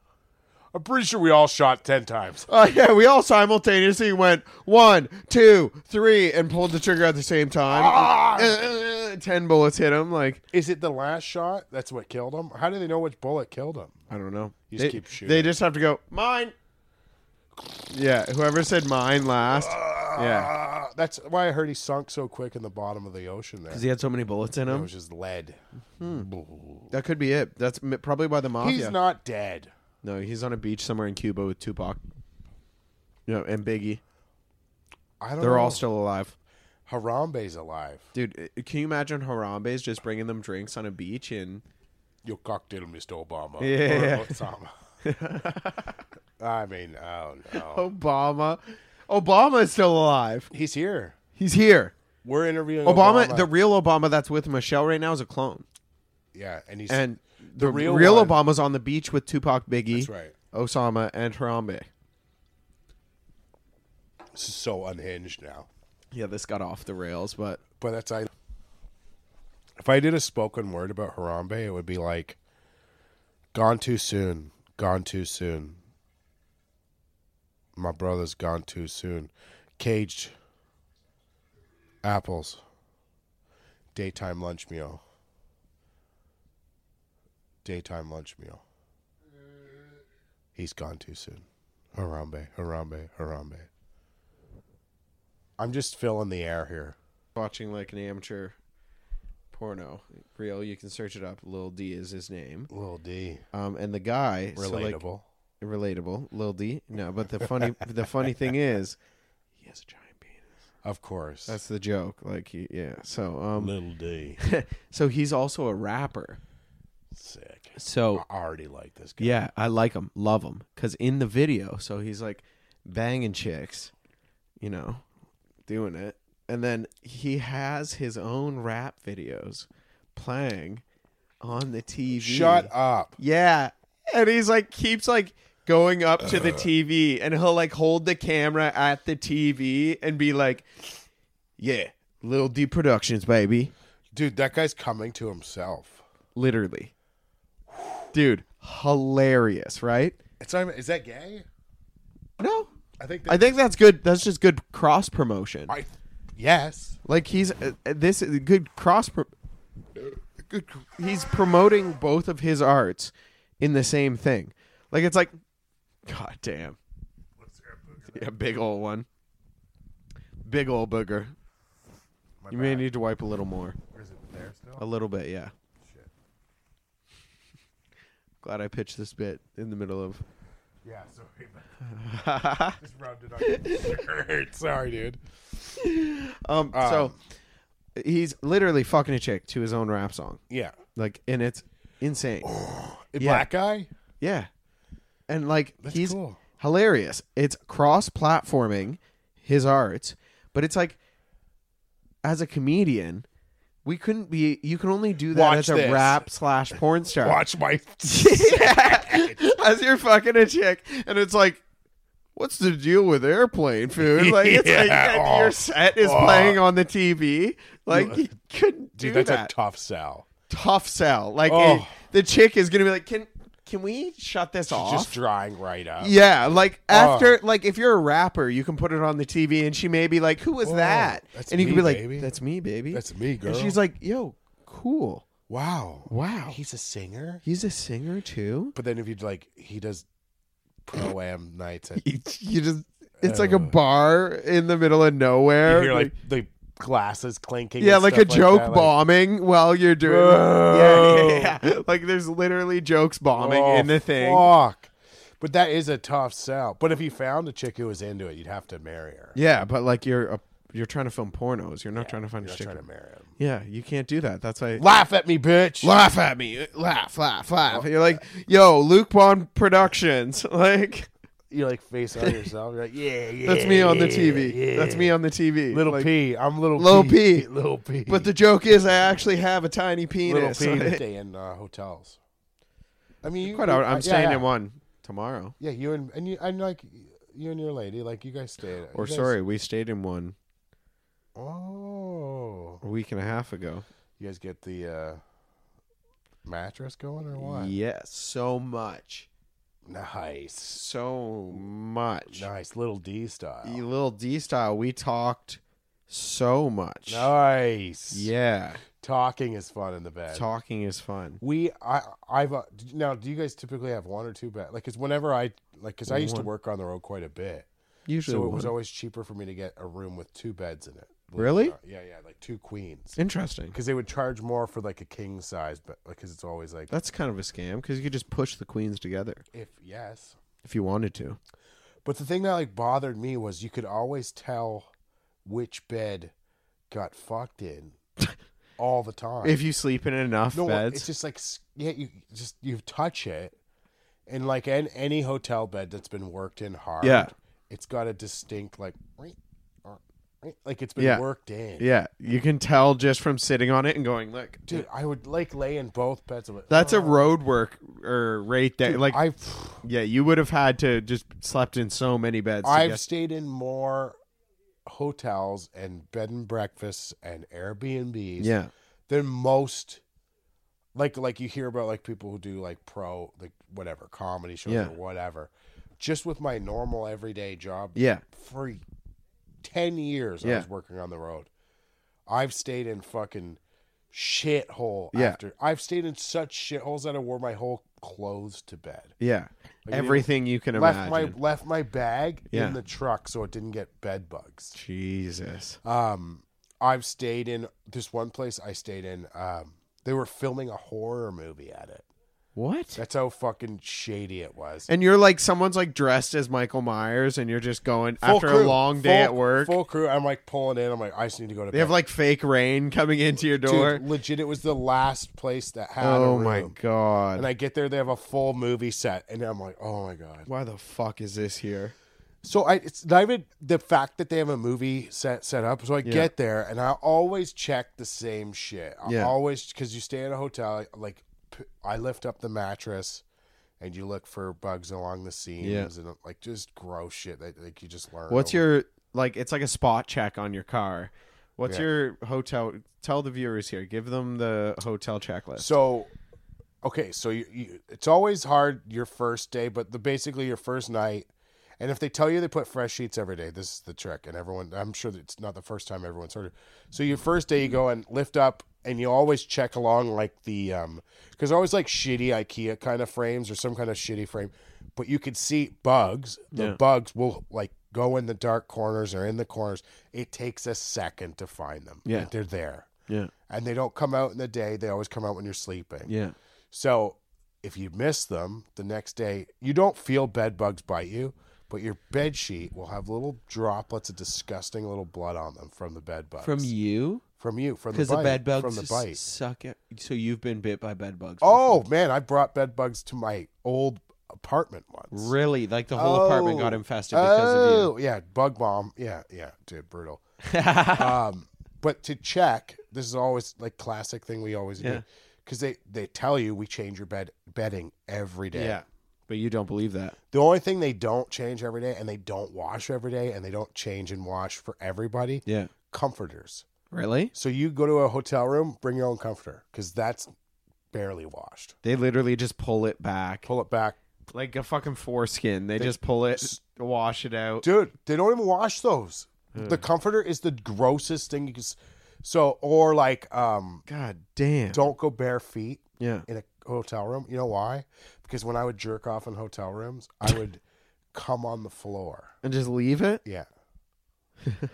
[SPEAKER 2] I'm pretty sure we all shot 10 times.
[SPEAKER 1] Uh, yeah, we all simultaneously went one, two, three, and pulled the trigger at the same time.
[SPEAKER 2] Ah!
[SPEAKER 1] Uh, uh, uh, Ten bullets hit him. Like
[SPEAKER 2] Is it the last shot that's what killed him? How do they know which bullet killed him?
[SPEAKER 1] I don't know.
[SPEAKER 2] You just
[SPEAKER 1] they,
[SPEAKER 2] keep shooting.
[SPEAKER 1] They just have to go mine. Yeah, whoever said mine last. Yeah,
[SPEAKER 2] Ah, that's why I heard he sunk so quick in the bottom of the ocean there.
[SPEAKER 1] because he Hmm. had so many bullets in
[SPEAKER 2] It
[SPEAKER 1] him.
[SPEAKER 2] was just lead.
[SPEAKER 1] That could be it. That's m- probably by the mafia.
[SPEAKER 2] He's not dead.
[SPEAKER 1] No, he's on a beach somewhere in Cuba with Tupac. Yeah, and Biggie.
[SPEAKER 2] I don't
[SPEAKER 1] They're
[SPEAKER 2] know.
[SPEAKER 1] all still alive.
[SPEAKER 2] Harambe's alive.
[SPEAKER 1] Dude, i- can you imagine Harambe's just bringing them drinks on a beach and
[SPEAKER 2] Your cocktail, Mr. Obama.
[SPEAKER 1] Yeah.
[SPEAKER 2] Or Osama. I mean, oh no.
[SPEAKER 1] Obama? Obama is still alive.
[SPEAKER 2] He's here.
[SPEAKER 1] He's here.
[SPEAKER 2] We're interviewing
[SPEAKER 1] Obama, the real Obama that's with Michelle right now is a clone.
[SPEAKER 2] yeah, and he's
[SPEAKER 1] And the,
[SPEAKER 2] the
[SPEAKER 1] real,
[SPEAKER 2] real one-
[SPEAKER 1] Obama's on the beach with Tupac, Biggie,
[SPEAKER 2] That's right.
[SPEAKER 1] Osama, and Harambe.
[SPEAKER 2] This is so unhinged now.
[SPEAKER 1] Yeah, this got off the rails, but
[SPEAKER 2] But that's I. If I did a spoken word about Harambe, it would be like, "Gone too soon, gone too soon. My brother's gone too soon. Caged apples. Daytime lunch meal. Daytime lunch meal. He's gone too soon. Harambe, Harambe, Harambe. I'm just filling the air here."
[SPEAKER 1] watching like an amateur porno. Real, you can search it up. Lil D is his name.
[SPEAKER 2] Little D.
[SPEAKER 1] Um, and the guy so, like,
[SPEAKER 2] Relatable.
[SPEAKER 1] relatable, Lil D. No, but the funny the funny thing is, he has a giant penis.
[SPEAKER 2] of course.
[SPEAKER 1] That's the joke. Like, he, yeah. So, um,
[SPEAKER 2] Little D.
[SPEAKER 1] so he's also a rapper.
[SPEAKER 2] Sick. I
[SPEAKER 1] So,
[SPEAKER 2] already like this guy.
[SPEAKER 1] yeah, I like him, love him, because in the video, so he's like banging chicks, you know, doing it, and then he has his own rap videos playing on the TV.
[SPEAKER 2] Shut up.
[SPEAKER 1] Yeah. And he's like keeps like going up to the TV and he'll like hold the camera at the TV and be like, Yeah, Little D Productions, baby.
[SPEAKER 2] Dude, that guy's coming to himself.
[SPEAKER 1] Literally. Dude, hilarious, right?
[SPEAKER 2] It's not even, is that gay?
[SPEAKER 1] No.
[SPEAKER 2] I think
[SPEAKER 1] I
[SPEAKER 2] that,
[SPEAKER 1] think that's good. That's just good cross promotion.
[SPEAKER 2] I, yes.
[SPEAKER 1] Like he's uh, uh, this is good cross. Pro- good, he's promoting both of his arts in the same thing. Like it's like, god damn. Yeah, big old one. Big old booger. you may need to wipe a little more.
[SPEAKER 2] Is it there still?
[SPEAKER 1] A little bit, yeah.
[SPEAKER 2] Oh.
[SPEAKER 1] Glad I pitched this bit in the middle of.
[SPEAKER 2] Yeah, sorry. Just rubbed it on your shirt. Sorry, dude.
[SPEAKER 1] Um, so he's literally fucking a chick to his own rap song.
[SPEAKER 2] Yeah.
[SPEAKER 1] Like, and it's insane.
[SPEAKER 2] A
[SPEAKER 1] Yeah.
[SPEAKER 2] Black guy?
[SPEAKER 1] Yeah. And like
[SPEAKER 2] That's
[SPEAKER 1] he's
[SPEAKER 2] cool.
[SPEAKER 1] hilarious. It's cross platforming his art, but it's like as a comedian, we couldn't be you can only do that
[SPEAKER 2] Watch
[SPEAKER 1] as a
[SPEAKER 2] this.
[SPEAKER 1] rap slash porn star.
[SPEAKER 2] Watch my.
[SPEAKER 1] Yeah. As you're fucking a chick and it's like What's the deal with airplane food? Like it's like
[SPEAKER 2] Yeah.
[SPEAKER 1] and your set is
[SPEAKER 2] Oh.
[SPEAKER 1] playing on the TV. Like you couldn't do
[SPEAKER 2] Dude, that's
[SPEAKER 1] that
[SPEAKER 2] a tough sell.
[SPEAKER 1] tough sell. Like
[SPEAKER 2] Oh.
[SPEAKER 1] it- the chick is gonna be like, "Can can we shut this off?"
[SPEAKER 2] Just drying right up.
[SPEAKER 1] yeah, like
[SPEAKER 2] Oh.
[SPEAKER 1] after, like if you're a rapper, you can put it on the TV, and she may be like, "Who was
[SPEAKER 2] Whoa,
[SPEAKER 1] that?"
[SPEAKER 2] Oh, that's
[SPEAKER 1] And you can
[SPEAKER 2] me,
[SPEAKER 1] be like,
[SPEAKER 2] baby.
[SPEAKER 1] "That's me, baby."
[SPEAKER 2] That's me, girl.
[SPEAKER 1] And she's like, "Yo, cool.
[SPEAKER 2] wow.
[SPEAKER 1] Wow.
[SPEAKER 2] He's a singer?
[SPEAKER 1] He's a singer too."
[SPEAKER 2] But then if you'd like, he does pro am nights at
[SPEAKER 1] You you just, it's like a bar in the middle of nowhere.
[SPEAKER 2] uh, you hear like the glasses clinking.
[SPEAKER 1] yeah,
[SPEAKER 2] and
[SPEAKER 1] like a
[SPEAKER 2] stuff
[SPEAKER 1] joke
[SPEAKER 2] that, like-
[SPEAKER 1] bombing while you're doing. Yeah, yeah, yeah. Like there's literally jokes bombing
[SPEAKER 2] Oh,
[SPEAKER 1] in the thing.
[SPEAKER 2] Fuck. But that is a tough sell. But if you found a chick who was into it, you'd have to marry her.
[SPEAKER 1] Yeah, but like you're a, you're trying to film pornos. You're not trying to find
[SPEAKER 2] You're
[SPEAKER 1] a
[SPEAKER 2] not
[SPEAKER 1] chick.
[SPEAKER 2] trying to marry him.
[SPEAKER 1] Yeah, you can't do that. That's why.
[SPEAKER 2] Laugh at me, bitch.
[SPEAKER 1] Laugh at me. Laugh, laugh, laugh. You're like, yo, Luke Bond Productions. Like,
[SPEAKER 2] You like face on yourself. You're like, yeah, yeah.
[SPEAKER 1] that's me on the
[SPEAKER 2] yeah,
[SPEAKER 1] TV.
[SPEAKER 2] yeah.
[SPEAKER 1] That's me on the TV.
[SPEAKER 2] Little
[SPEAKER 1] like,
[SPEAKER 2] P. I'm little
[SPEAKER 1] Little
[SPEAKER 2] P.
[SPEAKER 1] P.
[SPEAKER 2] Little P.
[SPEAKER 1] But the joke is, I actually have a tiny
[SPEAKER 2] little
[SPEAKER 1] penis.
[SPEAKER 2] P. that stay in uh, hotels. I mean, you,
[SPEAKER 1] Quite all right.
[SPEAKER 2] you- uh,
[SPEAKER 1] I'm
[SPEAKER 2] yeah,
[SPEAKER 1] staying
[SPEAKER 2] yeah.
[SPEAKER 1] in one tomorrow.
[SPEAKER 2] Yeah, you and and you, I'm like, you and your lady, like you guys stayed.
[SPEAKER 1] Or
[SPEAKER 2] you guys-
[SPEAKER 1] sorry, we stayed in one
[SPEAKER 2] Oh,
[SPEAKER 1] a week and a half ago.
[SPEAKER 2] you guys get the uh, mattress going or what?
[SPEAKER 1] Yes, so much,
[SPEAKER 2] Nice,
[SPEAKER 1] so much.
[SPEAKER 2] nice little D style.
[SPEAKER 1] You Little D style, we talked so much.
[SPEAKER 2] Nice.
[SPEAKER 1] Yeah,
[SPEAKER 2] Talking is fun in the bed.
[SPEAKER 1] talking is fun.
[SPEAKER 2] We I I've uh, d- now. Do you guys typically have one or two bed? Like, cause whenever I like, cause I used
[SPEAKER 1] One.
[SPEAKER 2] to work on the road quite a bit,
[SPEAKER 1] Usually,
[SPEAKER 2] so it
[SPEAKER 1] one.
[SPEAKER 2] was always cheaper for me to get a room with two beds in it.
[SPEAKER 1] Really?
[SPEAKER 2] Yeah, yeah, like two queens.
[SPEAKER 1] interesting.
[SPEAKER 2] Because they would charge more for like a king size, but because it's always like
[SPEAKER 1] That's kind of a scam because you could just push the queens together
[SPEAKER 2] if yes.
[SPEAKER 1] if you wanted to.
[SPEAKER 2] But the thing that like bothered me was you could always tell which bed got fucked in all the time.
[SPEAKER 1] If you sleep in enough
[SPEAKER 2] no,
[SPEAKER 1] beds,
[SPEAKER 2] it's just like s- yeah, you just you touch it, and like an, any hotel bed that's been worked in hard,
[SPEAKER 1] Yeah.
[SPEAKER 2] it's got a distinct like uh, like it's been
[SPEAKER 1] Yeah.
[SPEAKER 2] worked in.
[SPEAKER 1] yeah, you can tell just from sitting on it and going, look,
[SPEAKER 2] Dude, I would like lay in both beds. I'm like,
[SPEAKER 1] That's a
[SPEAKER 2] "Oh,
[SPEAKER 1] road work or right there.
[SPEAKER 2] dude,
[SPEAKER 1] like,
[SPEAKER 2] I've
[SPEAKER 1] yeah, you would have had to just slept in so many beds. to
[SPEAKER 2] I've
[SPEAKER 1] get-
[SPEAKER 2] stayed in more hotels and bed and breakfasts and Airbnbs
[SPEAKER 1] yeah,
[SPEAKER 2] than most like like you hear about like people who do like pro like whatever comedy shows
[SPEAKER 1] Yeah.
[SPEAKER 2] or whatever. Just with my normal everyday job
[SPEAKER 1] yeah,
[SPEAKER 2] for ten years I
[SPEAKER 1] Yeah.
[SPEAKER 2] was working on the road. I've stayed in fucking shithole
[SPEAKER 1] Yeah.
[SPEAKER 2] after I've stayed in such shitholes that I wore my whole clothes to bed
[SPEAKER 1] yeah.
[SPEAKER 2] Like,
[SPEAKER 1] Everything you can
[SPEAKER 2] left
[SPEAKER 1] imagine.
[SPEAKER 2] my left my bag
[SPEAKER 1] Yeah.
[SPEAKER 2] in the truck so it didn't get bed bugs.
[SPEAKER 1] Jesus.
[SPEAKER 2] Um, I've stayed in this one place. I stayed in. Um, they were filming a horror movie at it.
[SPEAKER 1] What?
[SPEAKER 2] That's how fucking shady it was.
[SPEAKER 1] And you're like, someone's like dressed as Michael Myers, and you're just going
[SPEAKER 2] Full
[SPEAKER 1] after
[SPEAKER 2] crew,
[SPEAKER 1] a long day
[SPEAKER 2] full-
[SPEAKER 1] at work.
[SPEAKER 2] Full crew. I'm like pulling in. I'm like, I just need to go to
[SPEAKER 1] they
[SPEAKER 2] bed.
[SPEAKER 1] have like fake rain coming into your door.
[SPEAKER 2] Dude, legit. It was the last place that had. a
[SPEAKER 1] oh
[SPEAKER 2] room.
[SPEAKER 1] my god.
[SPEAKER 2] And I get there, they have a full movie set, and I'm like, oh my god.
[SPEAKER 1] Why the fuck is this here?
[SPEAKER 2] So I, it's not even the fact that they have a movie set set up. So I get there and I always check the same shit. I
[SPEAKER 1] Yeah.
[SPEAKER 2] always because you stay at a hotel, like p- I lift up the mattress, and you look for bugs along the seams and like just gross shit that like you just learn.
[SPEAKER 1] What's
[SPEAKER 2] over-
[SPEAKER 1] your like? It's like a spot check on your car. What's
[SPEAKER 2] Yeah.
[SPEAKER 1] your hotel? Tell the viewers here. Give them the hotel checklist.
[SPEAKER 2] so? Okay, so you, you, it's always hard your first day, but the basically your first night. And if they tell you they put fresh sheets every day, this is the trick. And everyone, I'm sure that it's not the first time everyone's heard it. So your first day, you go and lift up, and you always check along like the, um, because always like shitty IKEA kind of frames or some kind of shitty frame, but you could see bugs. The
[SPEAKER 1] Yeah.
[SPEAKER 2] bugs will like go in the dark corners or in the corners. It takes a second to find them.
[SPEAKER 1] Yeah.
[SPEAKER 2] they're there,
[SPEAKER 1] yeah,
[SPEAKER 2] and they don't come out in the day. They always come out when you're sleeping.
[SPEAKER 1] yeah.
[SPEAKER 2] So if you miss them the next day, you don't feel bed bugs bite you, but your bed sheet will have little droplets of disgusting little blood on them from the bed bugs.
[SPEAKER 1] From you?
[SPEAKER 2] from you, from the
[SPEAKER 1] Because
[SPEAKER 2] bite,
[SPEAKER 1] the bed bugs
[SPEAKER 2] from the
[SPEAKER 1] s-
[SPEAKER 2] bite.
[SPEAKER 1] suck it. So you've been bit by bed bugs.
[SPEAKER 2] Oh man, I brought bed bugs to my old apartment once.
[SPEAKER 1] before. really? Like the whole apartment
[SPEAKER 2] Oh.
[SPEAKER 1] got infested because
[SPEAKER 2] oh yeah, bug bomb. Yeah, yeah, dude, brutal.
[SPEAKER 1] of you.
[SPEAKER 2] um, but to check, this is always like classic thing we always
[SPEAKER 1] Yeah.
[SPEAKER 2] do because they they tell you we change your bed bedding every day.
[SPEAKER 1] yeah, but you don't believe that.
[SPEAKER 2] The only thing they don't change every day and they don't wash every day and they don't change and wash for everybody
[SPEAKER 1] Yeah.
[SPEAKER 2] comforters.
[SPEAKER 1] Really?
[SPEAKER 2] So you go to a hotel room, bring your own comforter because that's barely washed.
[SPEAKER 1] They literally just pull it back
[SPEAKER 2] Pull it back.
[SPEAKER 1] like a fucking foreskin. They, just pull it, wash it out.
[SPEAKER 2] Dude, they don't even wash those.
[SPEAKER 1] Hmm.
[SPEAKER 2] The comforter is the grossest thing you can. s- So, or like, um,
[SPEAKER 1] God damn.
[SPEAKER 2] don't go bare feet
[SPEAKER 1] yeah.
[SPEAKER 2] in a hotel room. You know why? Because when I would jerk off in hotel rooms, I would come on the floor.
[SPEAKER 1] And just leave it.
[SPEAKER 2] Yeah.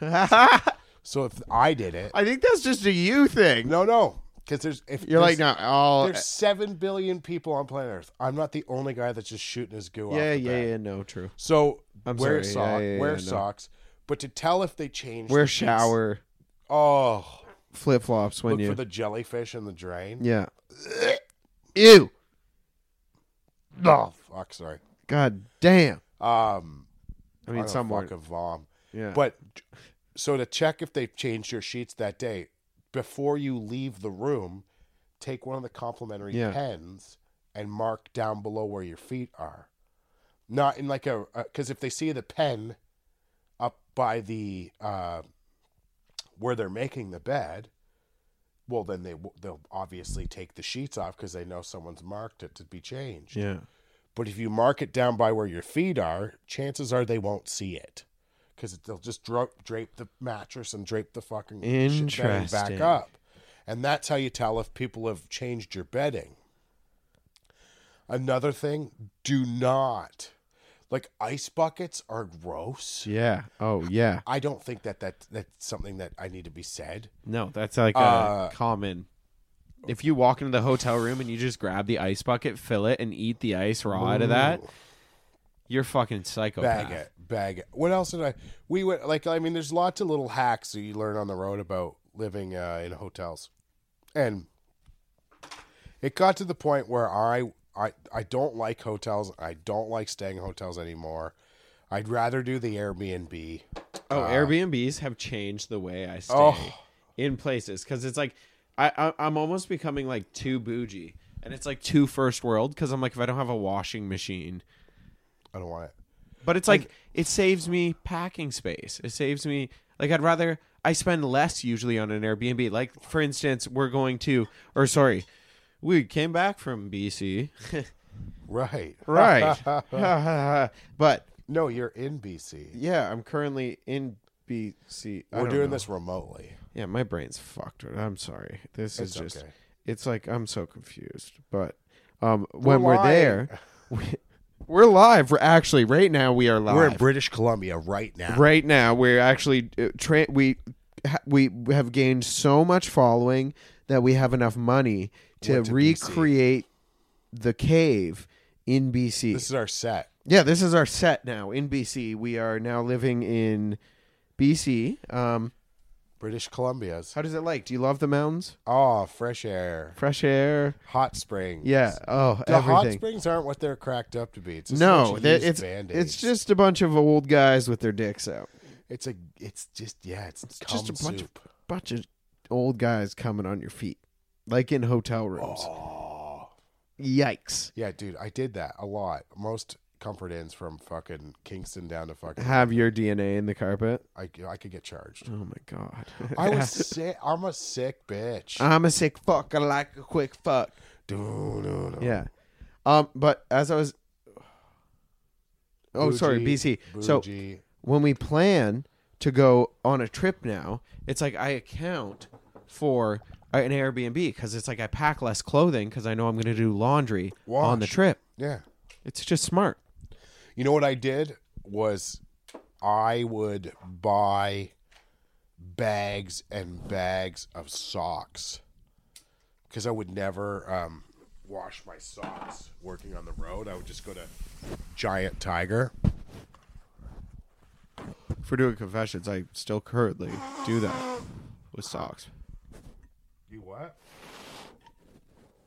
[SPEAKER 1] I
[SPEAKER 2] So if I did it,
[SPEAKER 1] think that's just a you thing.
[SPEAKER 2] no, no, because there's if
[SPEAKER 1] You're
[SPEAKER 2] there's-
[SPEAKER 1] like, eh, no, all.
[SPEAKER 2] There's seven billion people on planet Earth. I'm not the only guy that's just shooting his goo.
[SPEAKER 1] Yeah,
[SPEAKER 2] off the
[SPEAKER 1] yeah,
[SPEAKER 2] bat.
[SPEAKER 1] yeah. No, true.
[SPEAKER 2] So
[SPEAKER 1] I'm
[SPEAKER 2] wear
[SPEAKER 1] sorry.
[SPEAKER 2] sock,
[SPEAKER 1] Yeah, yeah, yeah,
[SPEAKER 2] wear
[SPEAKER 1] no.
[SPEAKER 2] socks. But to tell if they change,
[SPEAKER 1] Wear
[SPEAKER 2] the sheets-
[SPEAKER 1] shower
[SPEAKER 2] Oh,
[SPEAKER 1] flip flops when
[SPEAKER 2] look
[SPEAKER 1] you.
[SPEAKER 2] for the jellyfish in the drain.
[SPEAKER 1] Yeah. Ew.
[SPEAKER 2] Oh, fuck, sorry.
[SPEAKER 1] God damn.
[SPEAKER 2] Um,
[SPEAKER 1] I mean, some
[SPEAKER 2] fuck
[SPEAKER 1] weren't.
[SPEAKER 2] a vom.
[SPEAKER 1] Yeah.
[SPEAKER 2] But so to check if they've changed your sheets that day before you leave the room, take one of the complimentary
[SPEAKER 1] Yeah.
[SPEAKER 2] pens and mark down below where your feet are. not in like a because if they see the pen up by the uh, where they're making the bed, well then they w- they'll obviously take the sheets off because they know someone's marked it to be changed.
[SPEAKER 1] Yeah.
[SPEAKER 2] But if you mark it down by where your feet are, chances are they won't see it because they'll just dra- drape the mattress and drape the fucking shit bedding back
[SPEAKER 1] Interesting.
[SPEAKER 2] up. And that's how you tell if people have changed your bedding. Another thing, do not. Like ice buckets are gross.
[SPEAKER 1] Yeah. Oh, yeah.
[SPEAKER 2] I don't think that, that that's something that I need to be said.
[SPEAKER 1] No, that's like a
[SPEAKER 2] Uh,
[SPEAKER 1] common. If you walk into the hotel room and you just grab the ice bucket, fill it, and eat the ice raw out of that, you're fucking psychopath.
[SPEAKER 2] bag it, bag it. What else did I? We went like I mean, there's lots of little hacks that you learn on the road about living uh, in hotels, and it got to the point where I I I don't like hotels. I don't like staying in hotels anymore. I'd rather do the Airbnb.
[SPEAKER 1] Oh,
[SPEAKER 2] Uh,
[SPEAKER 1] Airbnbs have changed the way I stay
[SPEAKER 2] Oh.
[SPEAKER 1] in places because it's like I, I I'm almost becoming like too bougie, and it's like too first world because I'm like if I don't have a washing machine,
[SPEAKER 2] I don't want it.
[SPEAKER 1] but it's like it saves me packing space. It saves me like I'd rather I spend less usually on an Airbnb. Like for instance, we're going to or sorry, we came back from BC,
[SPEAKER 2] Right,
[SPEAKER 1] right? but
[SPEAKER 2] no, you're in BC.
[SPEAKER 1] yeah, I'm currently in BC. I
[SPEAKER 2] We're
[SPEAKER 1] don't
[SPEAKER 2] doing
[SPEAKER 1] know.
[SPEAKER 2] this remotely.
[SPEAKER 1] Yeah, my brain's fucked. right? I'm sorry. This
[SPEAKER 2] It's
[SPEAKER 1] is just
[SPEAKER 2] okay.
[SPEAKER 1] it's like I'm so confused. But um when we're,
[SPEAKER 2] live.
[SPEAKER 1] there, we, we're live. We're actually right now we are live.
[SPEAKER 2] We're in British Columbia right now.
[SPEAKER 1] right now we're actually uh, tra- we ha- we have gained so much following that we have enough money to,
[SPEAKER 2] Went to BC.
[SPEAKER 1] recreate the cave in BC.
[SPEAKER 2] This is our set.
[SPEAKER 1] yeah, this is our set now in BC. We are now living in BC. Um
[SPEAKER 2] British Columbia's.
[SPEAKER 1] how does it like? Do you love the mountains?
[SPEAKER 2] Oh, fresh air.
[SPEAKER 1] Fresh air.
[SPEAKER 2] Hot springs.
[SPEAKER 1] Yeah. Oh,
[SPEAKER 2] The hot
[SPEAKER 1] everything.
[SPEAKER 2] springs aren't what they're cracked up to be. It's just
[SPEAKER 1] no,
[SPEAKER 2] a bunch of
[SPEAKER 1] that-
[SPEAKER 2] used
[SPEAKER 1] it's
[SPEAKER 2] Band-Aids.
[SPEAKER 1] it's just a bunch of old guys with their dicks out.
[SPEAKER 2] it's a it's just yeah it's,
[SPEAKER 1] just
[SPEAKER 2] cum
[SPEAKER 1] a bunch of-
[SPEAKER 2] soup.
[SPEAKER 1] Bunch of old guys coming on your feet, like in hotel rooms.
[SPEAKER 2] oh
[SPEAKER 1] Yikes!
[SPEAKER 2] yeah, dude, I did that a lot. Most comfort ins from fucking Kingston down to fucking
[SPEAKER 1] Have your DNA in the carpet.
[SPEAKER 2] I I could get charged.
[SPEAKER 1] Oh my god!
[SPEAKER 2] I was sick. I'm a sick bitch.
[SPEAKER 1] I'm a sick fuck. I like a quick fuck.
[SPEAKER 2] Dude, no, no.
[SPEAKER 1] Yeah. Um. But as I was. Oh, sorry,
[SPEAKER 2] Bougie,
[SPEAKER 1] BC. So
[SPEAKER 2] bougie.
[SPEAKER 1] when we plan to go on a trip now, it's like I account for an Airbnb because it's like I pack less clothing because I know I'm going to do laundry on the
[SPEAKER 2] Wash.
[SPEAKER 1] trip.
[SPEAKER 2] yeah.
[SPEAKER 1] It's just smart.
[SPEAKER 2] You know what I did was I would buy bags and bags of socks because I would never um, wash my socks working on the road. I would just go to Giant Tiger.
[SPEAKER 1] For doing confessions, I still currently do that with socks.
[SPEAKER 2] You what?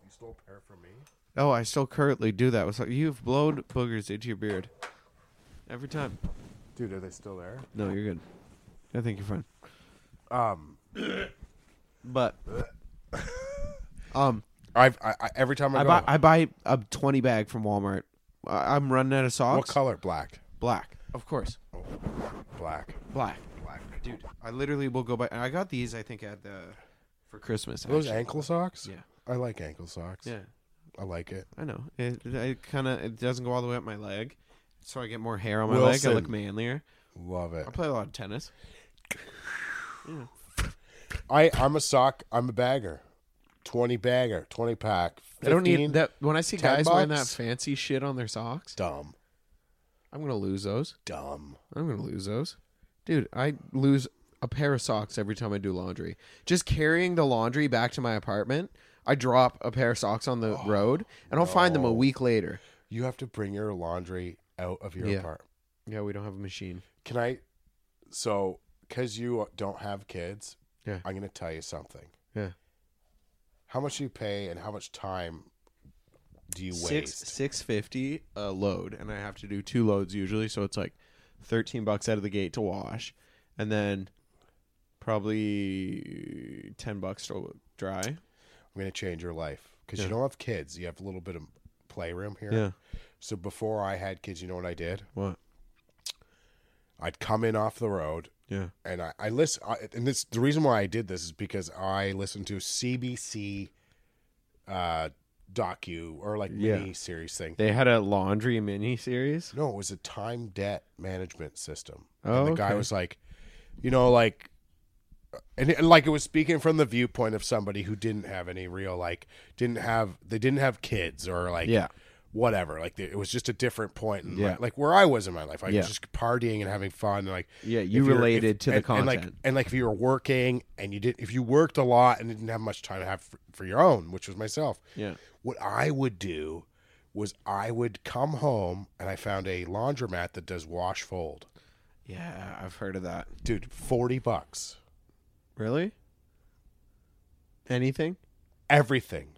[SPEAKER 2] You stole a pair from me?
[SPEAKER 1] Oh, I still currently do that with socks. You've blown boogers into your beard every time.
[SPEAKER 2] Dude, are they still there?
[SPEAKER 1] No, you're good. I think you're fine.
[SPEAKER 2] Um,
[SPEAKER 1] But um,
[SPEAKER 2] I've, I, I every time I,
[SPEAKER 1] I
[SPEAKER 2] go,
[SPEAKER 1] buy I buy a twenty bag from Walmart. I- I'm running out of socks.
[SPEAKER 2] what color? Black,
[SPEAKER 1] Black, of course.
[SPEAKER 2] black,
[SPEAKER 1] Black,
[SPEAKER 2] black.
[SPEAKER 1] dude. I literally will go by. And I got these. I think at the for Christmas.
[SPEAKER 2] Those
[SPEAKER 1] actually.
[SPEAKER 2] ankle socks?
[SPEAKER 1] Yeah.
[SPEAKER 2] I like ankle socks.
[SPEAKER 1] Yeah,
[SPEAKER 2] I like it.
[SPEAKER 1] I know. It, it kind of it doesn't go all the way up my leg, so I get more hair on my leg. I look
[SPEAKER 2] Wilson.
[SPEAKER 1] manlier.
[SPEAKER 2] Love it.
[SPEAKER 1] I play a lot of tennis.
[SPEAKER 2] I I'm a sock. I'm a bagger. Twenty bagger, twenty pack. 15,
[SPEAKER 1] I don't need that. When I see
[SPEAKER 2] 10
[SPEAKER 1] guys wearing that
[SPEAKER 2] bucks?
[SPEAKER 1] fancy shit on their socks,
[SPEAKER 2] Dumb,
[SPEAKER 1] I'm gonna lose those.
[SPEAKER 2] dumb.
[SPEAKER 1] I'm gonna lose those, dude. I lose a pair of socks every time I do laundry. Just carrying the laundry back to my apartment, I drop a pair of socks on
[SPEAKER 2] Oh,
[SPEAKER 1] the road, and I'll find them a week later.
[SPEAKER 2] You have to bring your laundry out of your
[SPEAKER 1] Yeah.
[SPEAKER 2] apartment.
[SPEAKER 1] Yeah, we don't have a machine.
[SPEAKER 2] Can I? So, because you don't have kids,
[SPEAKER 1] Yeah.
[SPEAKER 2] I'm gonna tell you something.
[SPEAKER 1] Yeah,
[SPEAKER 2] How much you pay and how much time do you
[SPEAKER 1] six
[SPEAKER 2] waste?
[SPEAKER 1] six fifty a load, and I have to do two loads usually, so it's like thirteen bucks out of the gate to wash, and then probably ten bucks to dry.
[SPEAKER 2] I'm gonna change your life because you don't have kids. You have a little bit of playroom here. So before I had kids, you know what I did?
[SPEAKER 1] What?
[SPEAKER 2] I'd come in off the road
[SPEAKER 1] Yeah.
[SPEAKER 2] and I, I listen. I, and this the reason why I did this is because I listened to CBC uh, docu or like
[SPEAKER 1] Yeah.
[SPEAKER 2] mini series thing.
[SPEAKER 1] They had a laundry mini series.
[SPEAKER 2] No, it was a time debt management system.
[SPEAKER 1] Oh,
[SPEAKER 2] and the guy
[SPEAKER 1] okay.
[SPEAKER 2] was like, you know, like, uh, and, and like it was speaking from the viewpoint of somebody who didn't have any real, like, didn't have, they didn't have kids or like,
[SPEAKER 1] Yeah.
[SPEAKER 2] whatever. Like, it was just a different point. In my-
[SPEAKER 1] Yeah.
[SPEAKER 2] like where I was in my life, I
[SPEAKER 1] Yeah.
[SPEAKER 2] was just partying and having fun. And like,
[SPEAKER 1] Yeah,
[SPEAKER 2] if
[SPEAKER 1] you
[SPEAKER 2] you're- if-
[SPEAKER 1] related to the
[SPEAKER 2] and-
[SPEAKER 1] content.
[SPEAKER 2] And like, and like if you were working and you did, if you worked a lot and didn't have much time to have for, for your own, which was myself,
[SPEAKER 1] yeah.
[SPEAKER 2] what I would do was I would come home and I found a laundromat that does wash fold.
[SPEAKER 1] Yeah, I've heard of that.
[SPEAKER 2] Dude, 40 bucks.
[SPEAKER 1] Really? Anything?
[SPEAKER 2] Everything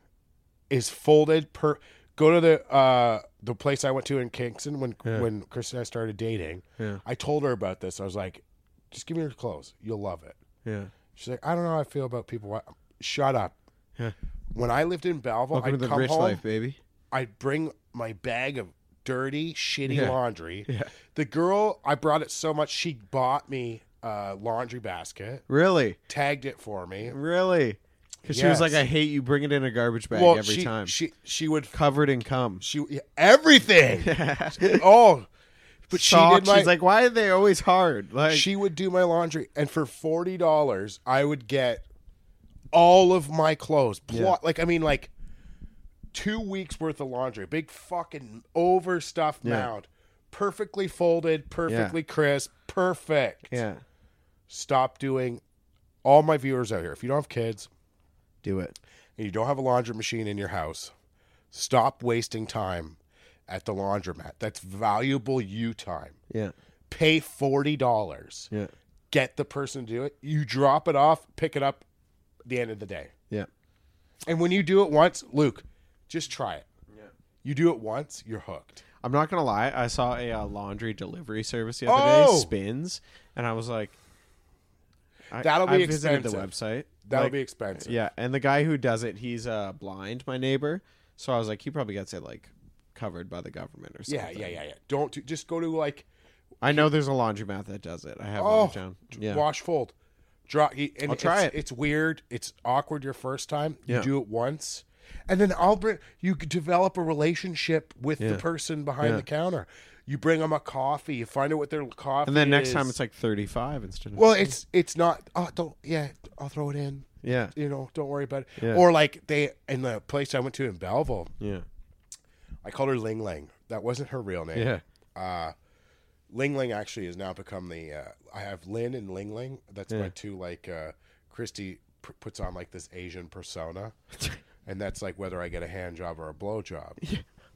[SPEAKER 2] is folded per go to the uh the place I went to in Kingston when
[SPEAKER 1] Yeah.
[SPEAKER 2] when Chris and I started dating.
[SPEAKER 1] Yeah.
[SPEAKER 2] I told her about this. I was like, "Just give me your clothes. You'll love it."
[SPEAKER 1] Yeah.
[SPEAKER 2] She's like, "I don't know how I feel about people wa- shut up."
[SPEAKER 1] Yeah.
[SPEAKER 2] When I lived in Belleville,
[SPEAKER 1] Welcome
[SPEAKER 2] I'd
[SPEAKER 1] to the
[SPEAKER 2] come
[SPEAKER 1] rich
[SPEAKER 2] home,
[SPEAKER 1] life, baby.
[SPEAKER 2] I'd bring my bag of dirty, shitty
[SPEAKER 1] Yeah.
[SPEAKER 2] laundry.
[SPEAKER 1] Yeah.
[SPEAKER 2] The girl, I brought it so much, she bought me a laundry basket,
[SPEAKER 1] Really?
[SPEAKER 2] tagged it for me.
[SPEAKER 1] Really? Because she was like,
[SPEAKER 2] Yes.
[SPEAKER 1] I hate you. Bring it in a garbage bag
[SPEAKER 2] well,
[SPEAKER 1] every
[SPEAKER 2] she,
[SPEAKER 1] time.
[SPEAKER 2] she she would
[SPEAKER 1] Covered in cum.
[SPEAKER 2] she yeah, everything.
[SPEAKER 1] but
[SPEAKER 2] oh, but she did my,
[SPEAKER 1] She's like, why are they always hard? Like,
[SPEAKER 2] she would do my laundry, and for forty dollars, I would get all of my clothes. Pl-
[SPEAKER 1] Yeah.
[SPEAKER 2] Like I mean, like two weeks worth of laundry, big fucking overstuffed
[SPEAKER 1] Yeah.
[SPEAKER 2] mound, perfectly folded, perfectly crisp, perfect.
[SPEAKER 1] yeah,
[SPEAKER 2] Stop doing. All my viewers out here, if you don't have kids
[SPEAKER 1] do it.
[SPEAKER 2] and you don't have a laundry machine in your house, stop wasting time at the laundromat. That's valuable you time.
[SPEAKER 1] Yeah,
[SPEAKER 2] Pay forty dollars
[SPEAKER 1] yeah,
[SPEAKER 2] get the person to do it. You drop it off, pick it up at the end of the day.
[SPEAKER 1] yeah.
[SPEAKER 2] And when you do it once, Luke, just try it.
[SPEAKER 1] Yeah.
[SPEAKER 2] You do it once, you're hooked.
[SPEAKER 1] I'm not gonna lie. I saw a uh, laundry delivery service the other day,
[SPEAKER 2] Oh!
[SPEAKER 1] Spins, and I was like, I,
[SPEAKER 2] That'll be
[SPEAKER 1] I visited
[SPEAKER 2] expensive.
[SPEAKER 1] the website.
[SPEAKER 2] That'll
[SPEAKER 1] Like,
[SPEAKER 2] be expensive.
[SPEAKER 1] yeah. And the guy who does it, he's uh, blind, my neighbor. So I was like, he probably gets it like covered by the government or
[SPEAKER 2] Yeah,
[SPEAKER 1] something.
[SPEAKER 2] yeah, yeah, yeah. Don't do, just go to like
[SPEAKER 1] I know there's a laundromat that does it. I have
[SPEAKER 2] oh,
[SPEAKER 1] one down.
[SPEAKER 2] d-
[SPEAKER 1] Yeah,
[SPEAKER 2] wash fold. Drop and
[SPEAKER 1] I'll try
[SPEAKER 2] it's,
[SPEAKER 1] it.
[SPEAKER 2] It's weird. It's awkward your first time. You
[SPEAKER 1] Yeah.
[SPEAKER 2] do it once. And then I'll bring you could develop a relationship with
[SPEAKER 1] Yeah.
[SPEAKER 2] the person behind
[SPEAKER 1] Yeah.
[SPEAKER 2] the counter. You bring them a coffee. You find out what their coffee.
[SPEAKER 1] and then next time
[SPEAKER 2] is.
[SPEAKER 1] it's like 35 instead of
[SPEAKER 2] well, it's it's not. Oh, don't yeah. I'll throw it in.
[SPEAKER 1] yeah,
[SPEAKER 2] you know, don't worry about it.
[SPEAKER 1] Yeah.
[SPEAKER 2] Or like they in the place I went to in Belleville,
[SPEAKER 1] yeah,
[SPEAKER 2] I called her Ling Ling. That wasn't her real name.
[SPEAKER 1] yeah.
[SPEAKER 2] Ling Ling actually has now become the. Uh, I have Lin and Ling Ling. That's my two like. Uh, Christy p- puts on like this Asian persona, and that's like whether I get a hand job or a blow job.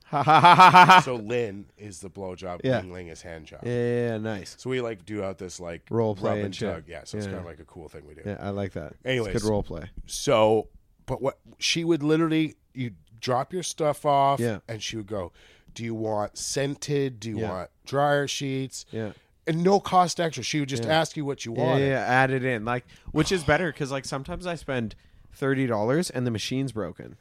[SPEAKER 1] Ha ha ha ha ha.
[SPEAKER 2] so Lin is the blow job.
[SPEAKER 1] Yeah.
[SPEAKER 2] Ling Ling is hand job.
[SPEAKER 1] Yeah, yeah, yeah, nice.
[SPEAKER 2] So we like do out this like
[SPEAKER 1] Role play
[SPEAKER 2] rub
[SPEAKER 1] and
[SPEAKER 2] and
[SPEAKER 1] shit.
[SPEAKER 2] tug. Yeah, so it's
[SPEAKER 1] Yeah.
[SPEAKER 2] kind of like a cool thing we do.
[SPEAKER 1] Yeah, I like that. It's
[SPEAKER 2] Anyways.
[SPEAKER 1] good role play.
[SPEAKER 2] So, but what she would literally, you drop your stuff off,
[SPEAKER 1] Yeah.
[SPEAKER 2] and she would go, "Do you want scented? Do you
[SPEAKER 1] Yeah.
[SPEAKER 2] want dryer sheets?"
[SPEAKER 1] Yeah.
[SPEAKER 2] And no cost extra. She would just ask you what you
[SPEAKER 1] Yeah,
[SPEAKER 2] wanted.
[SPEAKER 1] yeah, yeah, add it in, like, which is better because like sometimes I spend thirty dollars and the machine's broken,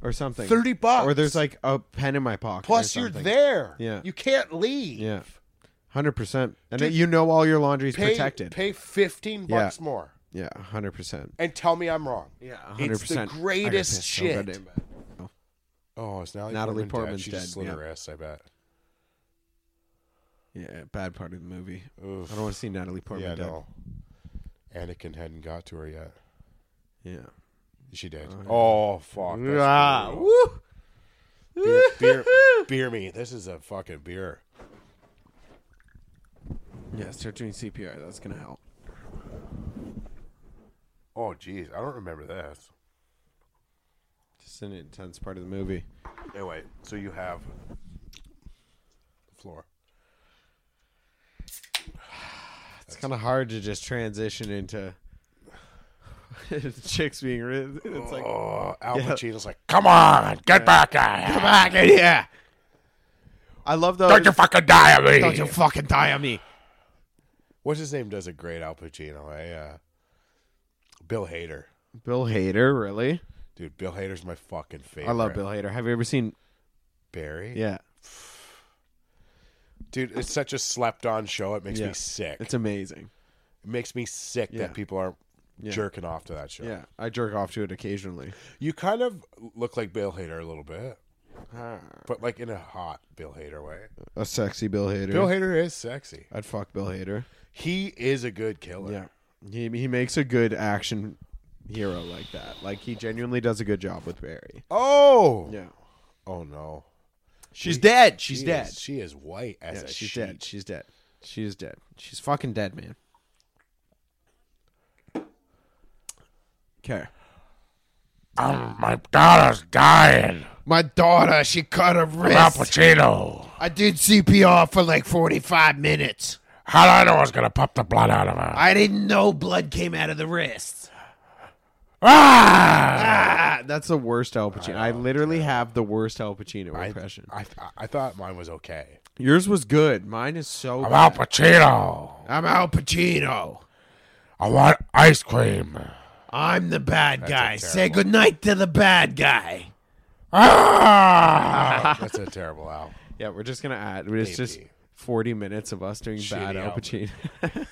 [SPEAKER 1] or something.
[SPEAKER 2] Thirty bucks,
[SPEAKER 1] Or there's like a pen in my pocket.
[SPEAKER 2] plus you're there.
[SPEAKER 1] Yeah.
[SPEAKER 2] you can't leave.
[SPEAKER 1] Yeah. Hundred percent, and then you know all your laundry's
[SPEAKER 2] pay,
[SPEAKER 1] protected.
[SPEAKER 2] Pay fifteen
[SPEAKER 1] Yeah.
[SPEAKER 2] bucks more,
[SPEAKER 1] Yeah, hundred percent.
[SPEAKER 2] and tell me I'm wrong.
[SPEAKER 1] Yeah, hundred
[SPEAKER 2] It's the
[SPEAKER 1] percent.
[SPEAKER 2] greatest shit.
[SPEAKER 1] Oh.
[SPEAKER 2] Oh, it's Natalie,
[SPEAKER 1] Natalie
[SPEAKER 2] Portman
[SPEAKER 1] Portman's
[SPEAKER 2] She
[SPEAKER 1] dead,
[SPEAKER 2] just slit
[SPEAKER 1] yeah.
[SPEAKER 2] her wrist. I bet.
[SPEAKER 1] Yeah, bad part of the movie.
[SPEAKER 2] Oof.
[SPEAKER 1] I don't want to see Natalie Portman
[SPEAKER 2] yeah,
[SPEAKER 1] dead.
[SPEAKER 2] no. Anakin hadn't got to her yet.
[SPEAKER 1] Yeah.
[SPEAKER 2] She did. Oh, fuck. that's
[SPEAKER 1] Ah,
[SPEAKER 2] brutal.
[SPEAKER 1] woo.
[SPEAKER 2] beer, beer, beer me. This is a fucking beer.
[SPEAKER 1] Yeah, start doing CPR. That's gonna help.
[SPEAKER 2] Oh, jeez. I don't remember this.
[SPEAKER 1] Just an intense part of the movie.
[SPEAKER 2] Anyway, so you have the floor.
[SPEAKER 1] It's kind of hard to just transition into chicks being. ri- It's like
[SPEAKER 2] Oh, Al Pacino's like, come on, get back out. Come back in here.
[SPEAKER 1] I love those.
[SPEAKER 2] Don't you fucking die on me.
[SPEAKER 1] Don't you fucking die on me.
[SPEAKER 2] What's his name does a great Al Pacino? Eh? Uh, Bill Hader.
[SPEAKER 1] Bill Hader, really?
[SPEAKER 2] Dude, Bill Hader's my fucking favorite.
[SPEAKER 1] I love Bill Hader. Have you ever seen?
[SPEAKER 2] Barry?
[SPEAKER 1] Yeah,
[SPEAKER 2] Dude, it's such a slept on show. It makes
[SPEAKER 1] Yeah.
[SPEAKER 2] me sick.
[SPEAKER 1] It's amazing.
[SPEAKER 2] it makes me sick
[SPEAKER 1] Yeah.
[SPEAKER 2] that people are
[SPEAKER 1] Yeah.
[SPEAKER 2] jerking off to that show.
[SPEAKER 1] Yeah, I jerk off to it occasionally.
[SPEAKER 2] You kind of look like Bill Hader a little bit,
[SPEAKER 1] Ah,
[SPEAKER 2] but like in a hot Bill Hader way.
[SPEAKER 1] a sexy Bill Hader.
[SPEAKER 2] Bill Hader is sexy.
[SPEAKER 1] I'd fuck Bill Hader.
[SPEAKER 2] He is a good killer.
[SPEAKER 1] Yeah, he he makes a good action hero like that. Like he genuinely does a good job with Barry.
[SPEAKER 2] Oh.
[SPEAKER 1] Yeah,
[SPEAKER 2] Oh no.
[SPEAKER 1] she's dead. She's
[SPEAKER 2] She
[SPEAKER 1] dead.
[SPEAKER 2] is- she is white as
[SPEAKER 1] Yeah,
[SPEAKER 2] a
[SPEAKER 1] she's
[SPEAKER 2] sheet.
[SPEAKER 1] dead. She's dead. She's dead. She's fucking dead, man. Okay.
[SPEAKER 2] Oh, my daughter's dying.
[SPEAKER 1] My daughter, she cut her wrist.
[SPEAKER 2] Pacino.
[SPEAKER 1] I did CPR for like 45 minutes.
[SPEAKER 2] How do I know I was gonna pop the blood out of her?
[SPEAKER 1] I didn't know blood came out of the wrist.
[SPEAKER 2] ah!
[SPEAKER 1] Ah, that's the worst Al Pacino. I, literally have the worst Al Pacino impression.
[SPEAKER 2] I, I thought mine was okay.
[SPEAKER 1] Yours was good. Mine is so bad.
[SPEAKER 2] Al Pacino.
[SPEAKER 1] I'm Al Pacino.
[SPEAKER 2] I want ice cream.
[SPEAKER 1] I'm the bad guy. Say
[SPEAKER 2] terrible-
[SPEAKER 1] goodnight to the bad guy.
[SPEAKER 2] Ah! That's a terrible owl.
[SPEAKER 1] Yeah, we're just gonna add. It's just
[SPEAKER 2] Maybe.
[SPEAKER 1] 40 minutes of us doing bad
[SPEAKER 2] Shitty
[SPEAKER 1] Al
[SPEAKER 2] Albert.
[SPEAKER 1] Pacino.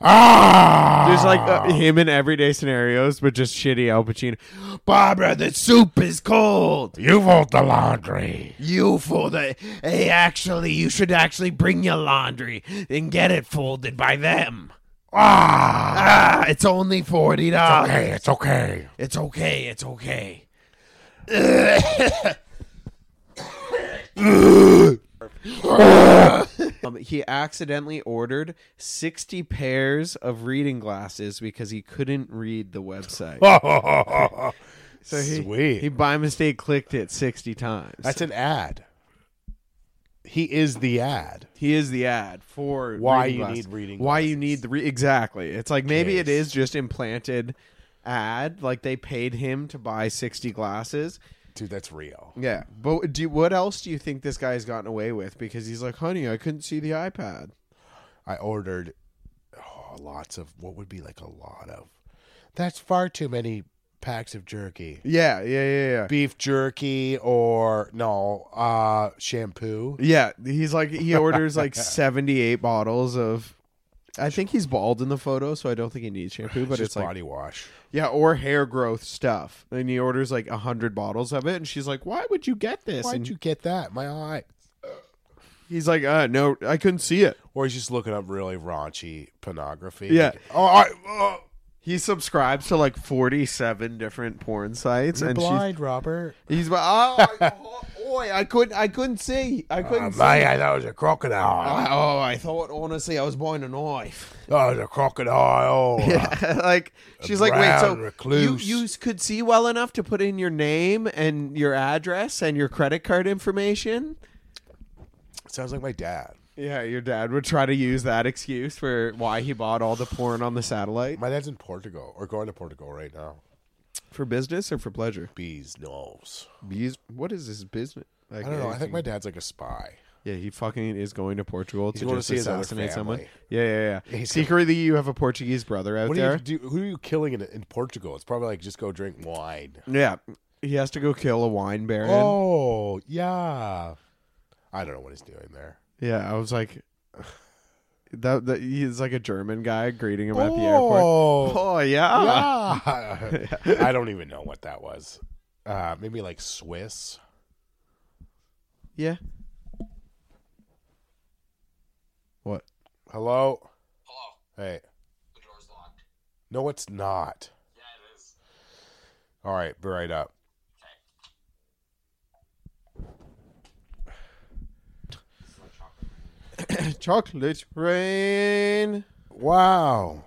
[SPEAKER 2] Ah!
[SPEAKER 1] There's like uh, him in everyday scenarios, but just shitty Al Pacino. Barbara, the soup is cold.
[SPEAKER 2] You fold the laundry.
[SPEAKER 1] You for the hey, actually, you should actually bring your laundry and get it folded by them.
[SPEAKER 2] Ah!
[SPEAKER 1] Ah, it's only forty dollars.
[SPEAKER 2] Hey, it's okay.
[SPEAKER 1] It's okay. It's okay. um, he accidentally ordered 60 pairs of reading glasses because he couldn't read the website. he,
[SPEAKER 2] Sweet.
[SPEAKER 1] He by mistake clicked it 60 times.
[SPEAKER 2] That's an ad. He is the ad.
[SPEAKER 1] he is the ad for
[SPEAKER 2] Why
[SPEAKER 1] reading
[SPEAKER 2] you
[SPEAKER 1] glasses.
[SPEAKER 2] need reading
[SPEAKER 1] Why you need the re- exactly. It's like maybe it
[SPEAKER 2] Yes.
[SPEAKER 1] is just implanted ad like they paid him to buy 60 glasses
[SPEAKER 2] Dude, that's real.
[SPEAKER 1] Yeah, but do you- what else do you think this guy's gotten away with? Because he's like, honey, I couldn't see the iPad.
[SPEAKER 2] I ordered oh, lots of what would be like a lot of. That's far too many packs of jerky.
[SPEAKER 1] Yeah, yeah, yeah, yeah.
[SPEAKER 2] Beef jerky or no, uh shampoo.
[SPEAKER 1] Yeah, he's like he orders like seventy-eight bottles of. I think he's bald in the photo, so I don't think he needs shampoo. But
[SPEAKER 2] Just
[SPEAKER 1] it's like
[SPEAKER 2] body wash.
[SPEAKER 1] yeah, or hair growth stuff, and he orders like hundred bottles of it, and she's like, "Why would you get this?"
[SPEAKER 2] Why'd
[SPEAKER 1] and
[SPEAKER 2] you get that? My eye.
[SPEAKER 1] he's like, "Uh, no, I couldn't see it."
[SPEAKER 2] Or he's just looking up really raunchy pornography.
[SPEAKER 1] Yeah.
[SPEAKER 2] Oh, I, oh,
[SPEAKER 1] He subscribes to like forty-seven different porn sites,
[SPEAKER 2] you're
[SPEAKER 1] and
[SPEAKER 2] blind, Robert.
[SPEAKER 1] she's he's like, "Oh, oi, I couldn't, I couldn't see, I couldn't." see.
[SPEAKER 2] Uh, my, that was a crocodile.
[SPEAKER 1] I- oh, I thought honestly I was buying a knife.
[SPEAKER 2] That was a crocodile.
[SPEAKER 1] like she's like, wait, so
[SPEAKER 2] brown recluse.
[SPEAKER 1] you you could see well enough to put in your name and your address and your credit card information.
[SPEAKER 2] Sounds like my dad.
[SPEAKER 1] Yeah, your dad would try to use that excuse for why he bought all the porn on the satellite
[SPEAKER 2] My dad's in Portugal or going to Portugal right now.
[SPEAKER 1] for business or for pleasure.
[SPEAKER 2] Bees knows.
[SPEAKER 1] Bus- What is his business? Like,
[SPEAKER 2] I don't know. I think
[SPEAKER 1] anything-
[SPEAKER 2] my dad's like a spy.
[SPEAKER 1] yeah, he fucking is going to Portugal to
[SPEAKER 2] going to
[SPEAKER 1] just
[SPEAKER 2] see his other
[SPEAKER 1] assassinate someone.
[SPEAKER 2] family.
[SPEAKER 1] Yeah, yeah, yeah.
[SPEAKER 2] He's gonna-
[SPEAKER 1] Secretly, you have a Portuguese brother out
[SPEAKER 2] What
[SPEAKER 1] there.
[SPEAKER 2] do you do? Who are you killing in, in Portugal? It's probably like just go drink wine.
[SPEAKER 1] yeah, he has to go kill a wine baron.
[SPEAKER 2] Oh yeah. I don't know what he's doing there.
[SPEAKER 1] Yeah, I was like, that, that he's like a German guy greeting him at the airport.
[SPEAKER 2] oh
[SPEAKER 1] Oh yeah,
[SPEAKER 2] yeah. I don't even know what that was. Uh, maybe like Swiss.
[SPEAKER 1] yeah. What?
[SPEAKER 2] Hello.
[SPEAKER 3] Hello.
[SPEAKER 2] Hey.
[SPEAKER 3] The door's locked.
[SPEAKER 2] No, it's not.
[SPEAKER 3] Yeah, it is.
[SPEAKER 2] All right, be right up.
[SPEAKER 1] Chocolate rain.
[SPEAKER 2] Wow.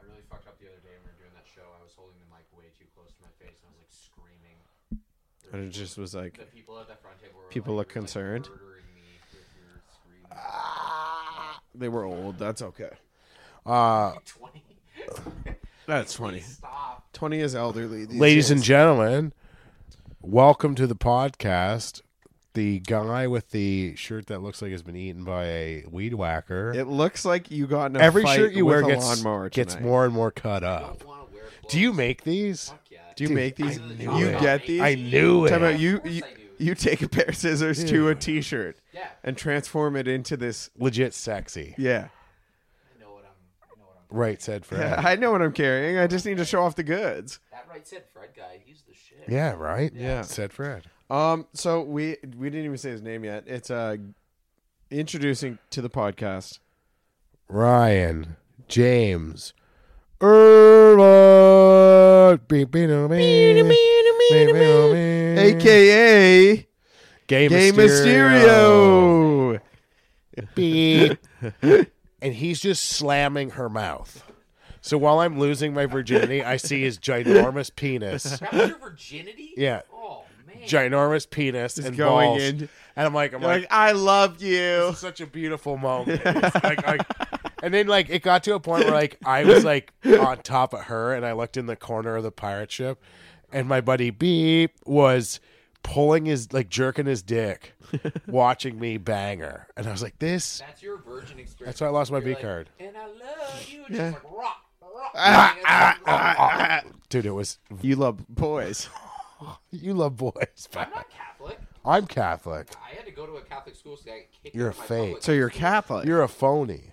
[SPEAKER 3] I really fucked up the other day when we were doing that show. I was holding the mic way too close to my face and I was like screaming.
[SPEAKER 1] And it just was like,
[SPEAKER 3] The people at that front table were
[SPEAKER 1] People
[SPEAKER 3] like,
[SPEAKER 1] look
[SPEAKER 3] you're,
[SPEAKER 1] concerned.
[SPEAKER 3] Like, murdering me with your screaming.
[SPEAKER 1] Ah, they were old. That's okay.
[SPEAKER 2] Uh,
[SPEAKER 3] 20.
[SPEAKER 1] That's twenty.
[SPEAKER 3] Stop.
[SPEAKER 1] Twenty is elderly. These
[SPEAKER 2] ladies
[SPEAKER 1] days.
[SPEAKER 2] and gentlemen, welcome to the podcast. The guy with the shirt that looks like has been eaten by a weed whacker.
[SPEAKER 1] it looks like you got in a
[SPEAKER 2] Every
[SPEAKER 1] fight
[SPEAKER 2] shirt you
[SPEAKER 1] with
[SPEAKER 2] wear
[SPEAKER 1] a
[SPEAKER 2] gets,
[SPEAKER 1] lawnmower
[SPEAKER 2] gets
[SPEAKER 1] tonight.
[SPEAKER 2] more and more cut
[SPEAKER 3] I
[SPEAKER 2] up.
[SPEAKER 3] don't want to wear clothes.
[SPEAKER 2] Do you make these?
[SPEAKER 3] Fuck yeah.
[SPEAKER 1] Do you
[SPEAKER 2] Dude,
[SPEAKER 1] make these?
[SPEAKER 2] I knew
[SPEAKER 1] You
[SPEAKER 2] it.
[SPEAKER 1] get these?
[SPEAKER 2] I knew
[SPEAKER 1] Time
[SPEAKER 2] it.
[SPEAKER 1] out, you,
[SPEAKER 3] Of course
[SPEAKER 1] you
[SPEAKER 3] I do.
[SPEAKER 1] You take a pair of scissors to a T-shirt
[SPEAKER 3] Yeah.
[SPEAKER 1] and transform it into this.
[SPEAKER 2] Legit sexy.
[SPEAKER 1] Yeah,
[SPEAKER 3] I know what I'm. I know what I'm.
[SPEAKER 2] Right, said Fred.
[SPEAKER 1] I know what I'm carrying. I just need to show off the goods.
[SPEAKER 3] That right said Fred guy. He's the shit.
[SPEAKER 2] yeah, right?
[SPEAKER 1] Yeah.
[SPEAKER 2] Said Fred.
[SPEAKER 1] Um. So we we didn't even say his name yet. It's uh, introducing to the podcast.
[SPEAKER 2] Ryan James Irvine. Beep, beep, beep, beep, beep, beep, beep.
[SPEAKER 1] AKA
[SPEAKER 2] Gay
[SPEAKER 1] Gay
[SPEAKER 2] Mysterio.
[SPEAKER 1] Mysterio.
[SPEAKER 2] Beep. and he's just slamming her mouth. So while I'm losing my virginity, I see his ginormous penis.
[SPEAKER 3] That was your virginity?
[SPEAKER 2] Yeah.
[SPEAKER 3] Oh man.
[SPEAKER 2] Ginormous penis and
[SPEAKER 1] going
[SPEAKER 2] balls.
[SPEAKER 1] in.
[SPEAKER 2] And I'm like, I'm like,
[SPEAKER 1] Like "Oh." I love you.
[SPEAKER 2] It's such a beautiful moment. It's like, like- and then like it got to a point where like I was like on top of her, and I looked in the corner of the pirate ship, and my buddy Beep was pulling his like jerking his dick, watching me bang her, and I was like, this.
[SPEAKER 3] That's your virgin experience.
[SPEAKER 2] That's why I lost my
[SPEAKER 3] You're
[SPEAKER 2] V
[SPEAKER 3] like,
[SPEAKER 2] card. Ah,
[SPEAKER 3] And I love you. Just like rock, rock.
[SPEAKER 2] Dude, it was.
[SPEAKER 1] You love boys.
[SPEAKER 2] You love boys.
[SPEAKER 3] oh, I'm
[SPEAKER 2] but
[SPEAKER 3] not Catholic.
[SPEAKER 2] I'm Catholic.
[SPEAKER 3] I had to go to a Catholic school, so I got kicked
[SPEAKER 2] You're
[SPEAKER 3] out of my
[SPEAKER 2] fake.
[SPEAKER 3] public
[SPEAKER 1] So you're
[SPEAKER 3] school.
[SPEAKER 1] Catholic.
[SPEAKER 2] You're a phony.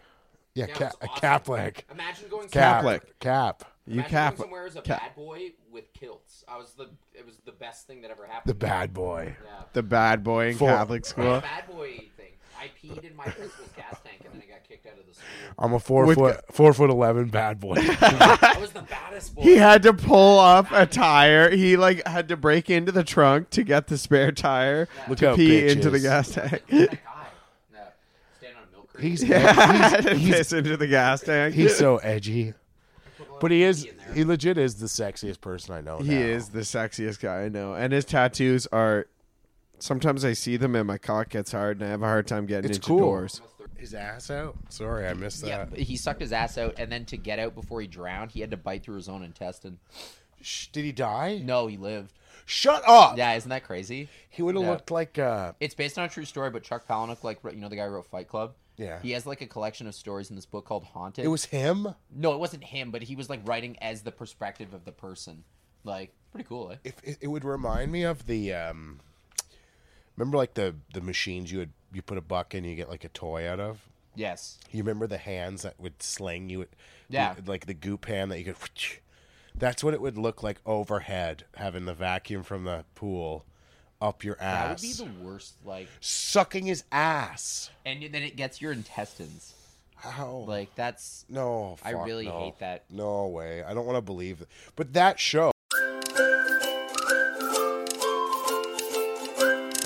[SPEAKER 2] Yeah,
[SPEAKER 3] Yeah,
[SPEAKER 2] ca-
[SPEAKER 3] it's awesome.
[SPEAKER 2] Catholic.
[SPEAKER 3] Imagine going
[SPEAKER 2] Cap.
[SPEAKER 3] somewhere-
[SPEAKER 1] Catholic.
[SPEAKER 2] Cap.
[SPEAKER 1] you
[SPEAKER 3] imagine going
[SPEAKER 1] Catholic.
[SPEAKER 3] somewhere as a
[SPEAKER 1] Cap-
[SPEAKER 3] bad boy with kilts. I was the. It was the best thing that ever happened.
[SPEAKER 2] The
[SPEAKER 3] to me.
[SPEAKER 2] bad boy.
[SPEAKER 3] Yeah.
[SPEAKER 1] The bad boy in
[SPEAKER 2] Full-
[SPEAKER 1] Catholic school.
[SPEAKER 3] Bad boy thing. I peed in my principal's gas tank and then I got kicked out of the school.
[SPEAKER 2] I'm a four
[SPEAKER 1] With-
[SPEAKER 2] foot four foot eleven bad boy.
[SPEAKER 3] I was the baddest boy.
[SPEAKER 1] He had to pull up a tire. He like had to break into the trunk to get the spare tire
[SPEAKER 2] Look
[SPEAKER 1] to
[SPEAKER 2] out,
[SPEAKER 1] pee into
[SPEAKER 2] bitches.
[SPEAKER 1] the gas tank.
[SPEAKER 3] Who's that guy? "Oh No. Stand on a milk crate.
[SPEAKER 2] He's
[SPEAKER 1] Yeah,
[SPEAKER 2] he's-
[SPEAKER 1] piss into the gas tank.
[SPEAKER 2] He's so edgy. But he is
[SPEAKER 3] in there.
[SPEAKER 2] he legit is the sexiest person I know.
[SPEAKER 1] he
[SPEAKER 2] now.
[SPEAKER 1] is the sexiest guy I know, and his tattoos are. Sometimes I see them and my cock gets hard, and I have a hard time getting
[SPEAKER 2] It's
[SPEAKER 1] into
[SPEAKER 2] cool.
[SPEAKER 1] doors.
[SPEAKER 2] His ass out? Sorry, I missed
[SPEAKER 3] Yeah,
[SPEAKER 2] that.
[SPEAKER 3] but he sucked his ass out, and then to get out before he drowned, he had to bite through his own intestine.
[SPEAKER 2] Shh, did he die?
[SPEAKER 3] No, he lived.
[SPEAKER 2] Shut up.
[SPEAKER 3] Yeah, isn't that crazy?
[SPEAKER 2] He would have
[SPEAKER 3] Yeah.
[SPEAKER 2] looked like uh
[SPEAKER 3] It's based on a true story, but Chuck Palahniuk, like you know, the guy who wrote Fight Club.
[SPEAKER 2] Yeah.
[SPEAKER 3] He has like a collection of stories in this book called Haunted.
[SPEAKER 2] it was him.
[SPEAKER 3] no, it wasn't him, but he was like writing as the perspective of the person. Like pretty cool, eh?
[SPEAKER 2] If it, it would remind me of the um remember like the the machines you would you put a buck in you get like a toy out of?
[SPEAKER 3] Yes.
[SPEAKER 2] You remember the hands that would sling you?
[SPEAKER 3] Yeah.
[SPEAKER 2] Like the goop hand that you could. That's what it would look like overhead, having the vacuum from the pool up your
[SPEAKER 3] That
[SPEAKER 2] ass,
[SPEAKER 3] would be the worst. Like,
[SPEAKER 2] sucking his ass.
[SPEAKER 3] and then it gets your intestines.
[SPEAKER 2] How?
[SPEAKER 3] Like that's
[SPEAKER 2] no,
[SPEAKER 3] I
[SPEAKER 2] fuck
[SPEAKER 3] really
[SPEAKER 2] no.
[SPEAKER 3] hate that.
[SPEAKER 2] No way. I don't want to believe that. But that show.